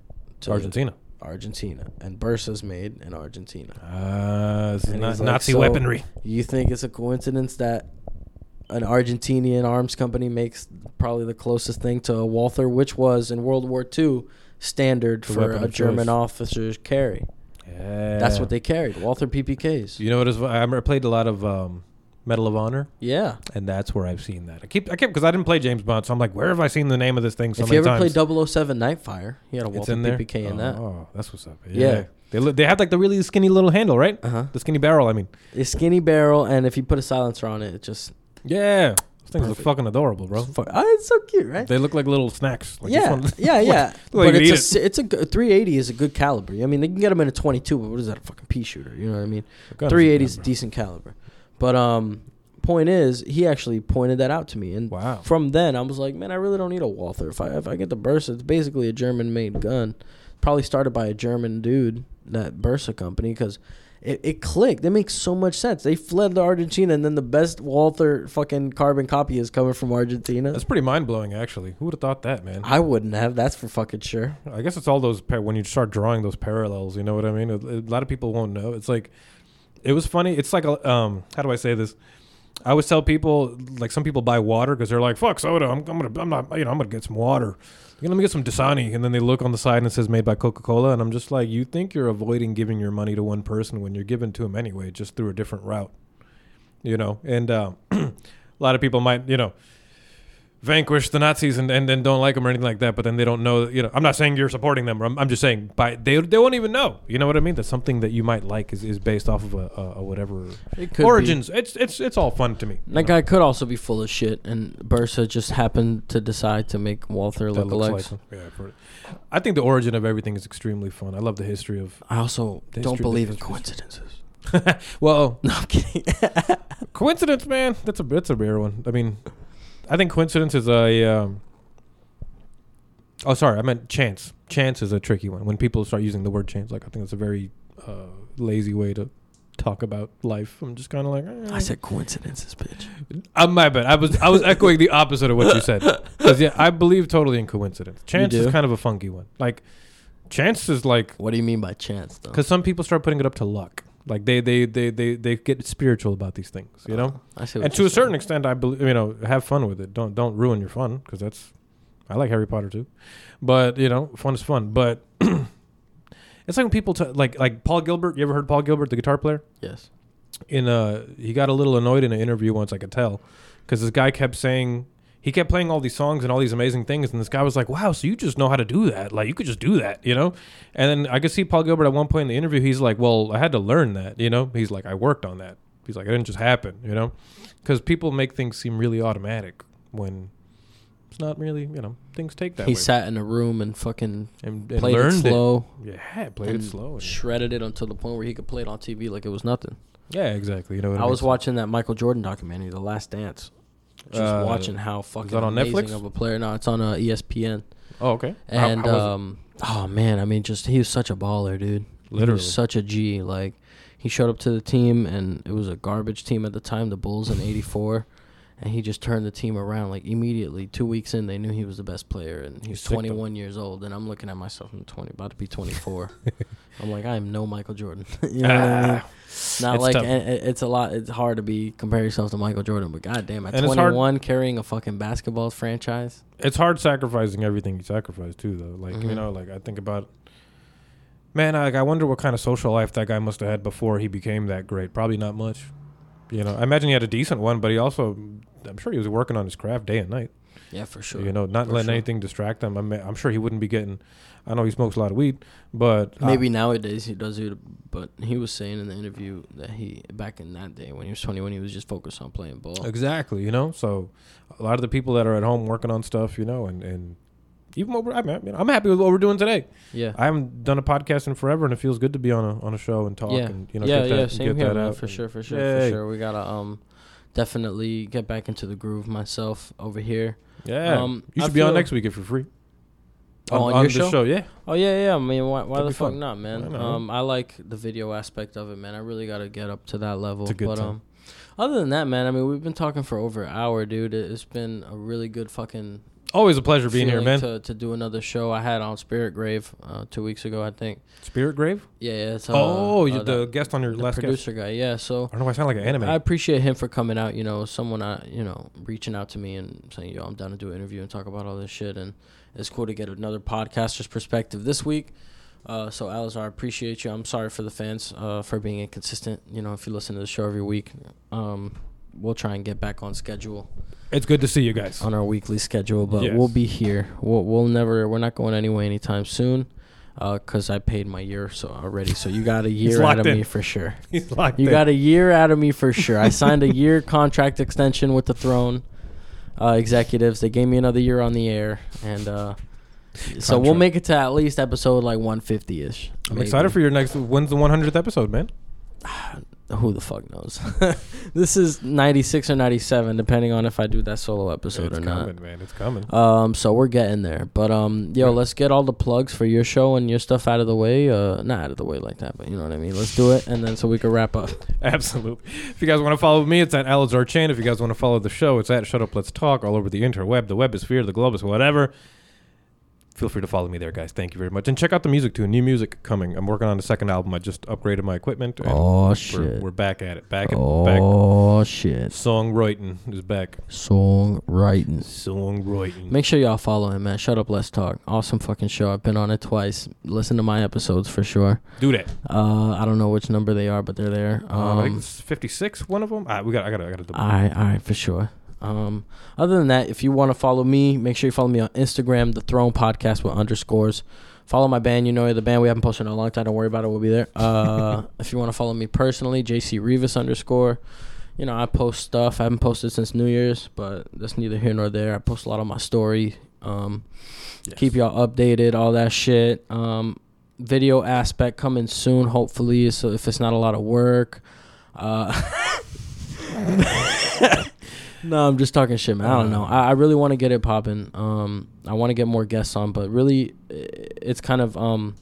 to
Argentina.
Argentina, and Bursa's made in Argentina.
Uh, this is
And
na-
he's like,
Nazi
"So
weaponry.
You think it's a coincidence that an Argentinian arms company makes probably the closest thing to a Walther, which was in World War II standard
The
for
weapon
a
of
German
choice.
officer's carry?
Yeah.
That's what they carried, Walther PPKs.
You know what is? I remember I played a lot of um, Medal of Honor,
Yeah.
and that's where I've seen that. I keep, I kept because I didn't play James Bond, so I'm like, where have I seen the name of this thing so
if
many
you ever
times?
played 007 Nightfire, he had a
it's
Walther
in there.
PPK in
oh,
that.
Oh, that's what's up. Yeah.
Yeah.
They li- they had like the really skinny little handle, right?
Uh huh.
The skinny barrel. I mean,
It's skinny barrel, and if you put a silencer on it, it just
Yeah. Those things look
Perfect.
fucking adorable, bro.
Fuck. Oh, it's so cute, right?
They look like little snacks. Like this
yeah,
one.
yeah, yeah.
Like,
but
you
it's a, si-
eat
it's a g- 380 is a good caliber. I mean, they can get them in a 22, but what is that? A fucking pea shooter? You know what I mean?
God,
380 is a
it's
decent caliber. But um, point is, he actually pointed that out to me, and
Wow.
from then I was like, man, I really don't need a Walther. If I if I get the Bursa, it's basically a German-made gun, probably started by a German dude that Bursa company because. It, it clicked. It makes so much sense. They fled to Argentina, and then the best Walther fucking carbon copy is coming from Argentina.
That's pretty mind blowing, actually. Who would have thought that, man?
I wouldn't have. That's for fucking sure.
I guess it's all those par- when you start drawing those parallels. You know what I mean? A, a lot of people won't know. It's like it was funny. It's like a, um, how do I say this? I always tell people like some people buy water because they're like fuck soda. I'm, I'm gonna I'm not you know I'm gonna get some water. You know, let me get some Dasani, and then they look on the side and it says made by Coca Cola, and I'm just like, you think you're avoiding giving your money to one person when you're giving to them anyway, just through a different route, you know? And uh, a lot of people might you know vanquish the Nazis and, and then don't like them or anything like that, but then they don't know. You know, I'm not saying you're supporting them. Or I'm, I'm just saying by they they won't even know. You know what I mean? That something that you might like is, is based off of a, a, a whatever
It could be.
origins. It's it's it's all fun to me. you
That
know?
guy could also be full of shit, and Bursa just happened to decide to make Walther
That looks like
lookalikes.
them. Yeah, I've heard it. I think the origin of everything is extremely fun. I love the history of.
I also
That's
don't
true,
believe in
that's true.
coincidences.
Well,
No, I'm kidding.
coincidence, man. That's a that's a rare one. I mean, I think coincidence is a. Um, oh, sorry, I meant chance. Chance is a tricky one. When people start using the word chance, like I think that's a very uh, lazy way to talk about life. I'm just kind of like. eh.
I said coincidences, bitch.
Uh, my bad. I was I was echoing the opposite of what you said. 'Cause, yeah, I believe totally in coincidence. Chance is
do?
kind of a funky one. Like, chance is like
What do you mean by chance, though?
because some people start putting it up to luck. Like they they they they they get spiritual about these things. You know.
I see.
and to a certain extent, I believe you know have fun with it. Don't don't ruin your fun because that's I like Harry Potter too, but you know fun is fun. But it's like when people t- like like Paul Gilbert. You ever heard of Paul Gilbert, the guitar player?
yes,
In uh, he got a little annoyed in an interview once. I could tell because this guy kept saying he kept playing all these songs and all these amazing things, and this guy was like, "Wow, so you just know how to do that? Like you could just do that, you know?" And then I could see Paul Gilbert at one point in the interview. He's like, "Well, I had to learn that, you know." He's like, "I worked on that." He's like, "It didn't just happen, you know." because people make things seem really automatic when it's not really you know things take that
he
way.
sat in a room and fucking
and, and
played it
learned
slow,
Yeah, played
and
it slow. and-
shredded it until the point where he could play it on TV like it was nothing.
yeah, exactly. You know, what
I
mean?
was watching that Michael Jordan documentary, The Last Dance. Just
Uh,
watching how fucking
on
amazing
Netflix?
of a player. No, it's on uh, ESPN.
Oh, okay. How-
And
how was it?
um, oh man, I mean, just he was such a baller, dude. he
Literally.
was such a G. Like he showed up to the team, and it was a garbage team at the time, the Bulls in '84, and he just turned the team around like immediately. Two weeks in, they knew he was the best player, and he's
sick, though.
21 years old. And I'm looking at myself, I'm 20, about to be 24. I'm like, I am no Michael Jordan. you know what I mean? Not
Ah, it's
like
tough.
and it- it's a lot. It's hard to be compare yourself to Michael Jordan, but goddamn, at
And it's hard-
21, carrying a fucking basketball franchise.
it's hard sacrificing everything you sacrifice too, though. Like you
Mhm.
know, like I think about. Man, I, I wonder what kind of social life that guy must have had before he became that great. Probably not much. You know, I imagine he had a decent one, but he also, I'm sure he was working on his craft day and night.
Yeah, for sure.
You know, not
For
letting
sure.
anything distract him. I mean, I'm sure he wouldn't be getting. I know he smokes a lot of weed, but uh,
Maybe nowadays he does it, but he was saying in the interview that he back in that day when he was 21, he was just focused on playing ball.
Uh, exactly. You know, so a lot of the people that are at home working on stuff, you know, and and even what we're, I mean, I mean, I'm happy with what we're doing today.
Yeah,
I haven't done a podcast in forever, and it feels good to be on a on a show and talk
yeah,
and you know
yeah,
get
yeah.
that,
Same
get
here,
that
man.
out
For
and-
sure, for sure, for
Yay.
sure. We gotta um definitely get back into the groove myself over here.
Yeah,
Um,
you
I
should be on
feel-
next week if you're free.
Oh, on your
this
show?
yeah.
Oh yeah, yeah. I mean, why, why
That'd
the
be
fuck
fun.
not, man?
Why not?
Um, I like the video aspect of it, man. I really gotta get up to that level.
It's a good
but
time.
um, other than that, man, I mean, we've been talking for over an hour, dude. It- It's been a really good fucking
Always a pleasure being here,
feeling
man.
To, to do another show I had on Spirit Grave uh, two weeks ago, I think.
Spirit Grave.
Yeah, yeah. It's, uh,
oh, you
uh,
the
that-
guest on your
the
last guest.
producer guy. Yeah, so
I don't know why I sound like an anime.
I appreciate him for coming out. You know, someone I you know reaching out to me and saying, "Yo, I'm down to do an interview and talk about all this shit." And it's cool to get another podcaster's perspective this week. Uh, so Alizar, I appreciate you. I'm sorry for the fans uh, for being inconsistent. You know, if you listen to the show every week, um, we'll try and get back on schedule
it's good to see you guys.
on our weekly schedule, but
Yes.
we'll be here. We'll, we'll never, we're not going anywhere anytime soon. because I paid my year so already. So you got a
He's
year out
locked
of
in.
me for sure.
He's locked
You
in.
got a year out of me for sure. I signed a year contract extension with the Throne uh, executives. They gave me another year on the air, and uh, so we'll
Contract.
make it to at least episode like 150 ish.
I'm excited for your next. When's the 100th episode, man?
Who the fuck knows? this is 96 or 97, depending on if I do that solo episode
it's
or not.
coming, man. It's coming.
Um, so we're getting there, but um, yo,
Yeah.
let's get all the plugs for your show and your stuff out of the way. Uh, not out of the way like that, but you know what I mean. Let's do it, and then so we can wrap up.
Absolutely. If you guys want to follow me, it's at Alizar Chan. If you guys want to follow the show, it's at Shut Up Let's Talk all over the interweb, the webosphere, the globus, whatever. Feel free to follow me there, guys. Thank you very much. And check out the music too. New music coming. I'm working on the second album. I just upgraded my equipment. And
Oh
We're,
shit!
we're back at it. Back at back.
Oh shit!
Songwriting is back.
Songwriting.
Songwriting.
Make sure y'all follow him, man. Shut up, let's talk. Awesome fucking show. I've been on it twice. Listen to my episodes for sure.
Do that.
Uh, I don't know which number they are, but they're there.
Um, I think
Um,
it's 56. One of them. Ah, we got. I got. I got to double.
all right, all right, for sure. Um, other than that, if you want to follow me, make sure you follow me on Instagram, The Throne Podcast with underscores. Follow my band, you know the band we haven't posted in a long time. Don't worry about it, we'll be there. Uh, if you want to follow me personally, JC Revis underscore. You know, I post stuff. I haven't posted since New Year's, but that's neither here nor there. I post a lot on my story. Um,
Yes.
keep y'all updated, all that shit. Um, video aspect coming soon, hopefully. So if it's not a lot of work, uh, no, I'm just talking shit, man. I don't know. I, I really want to get it popping. Um, I want to get more guests on, but really, i- it's kind of um,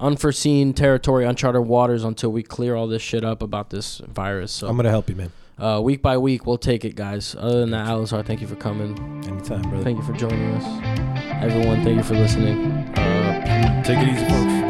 unforeseen territory, uncharted waters until we clear all this shit up about this virus.
I'm
So
gonna help you, man.
uh, week by week, we'll take it, guys. Other than that, Alizar, thank you for coming.
Anytime, brother.
Thank you for joining us. Everyone, thank you for listening. Uh,
Take it easy, folks.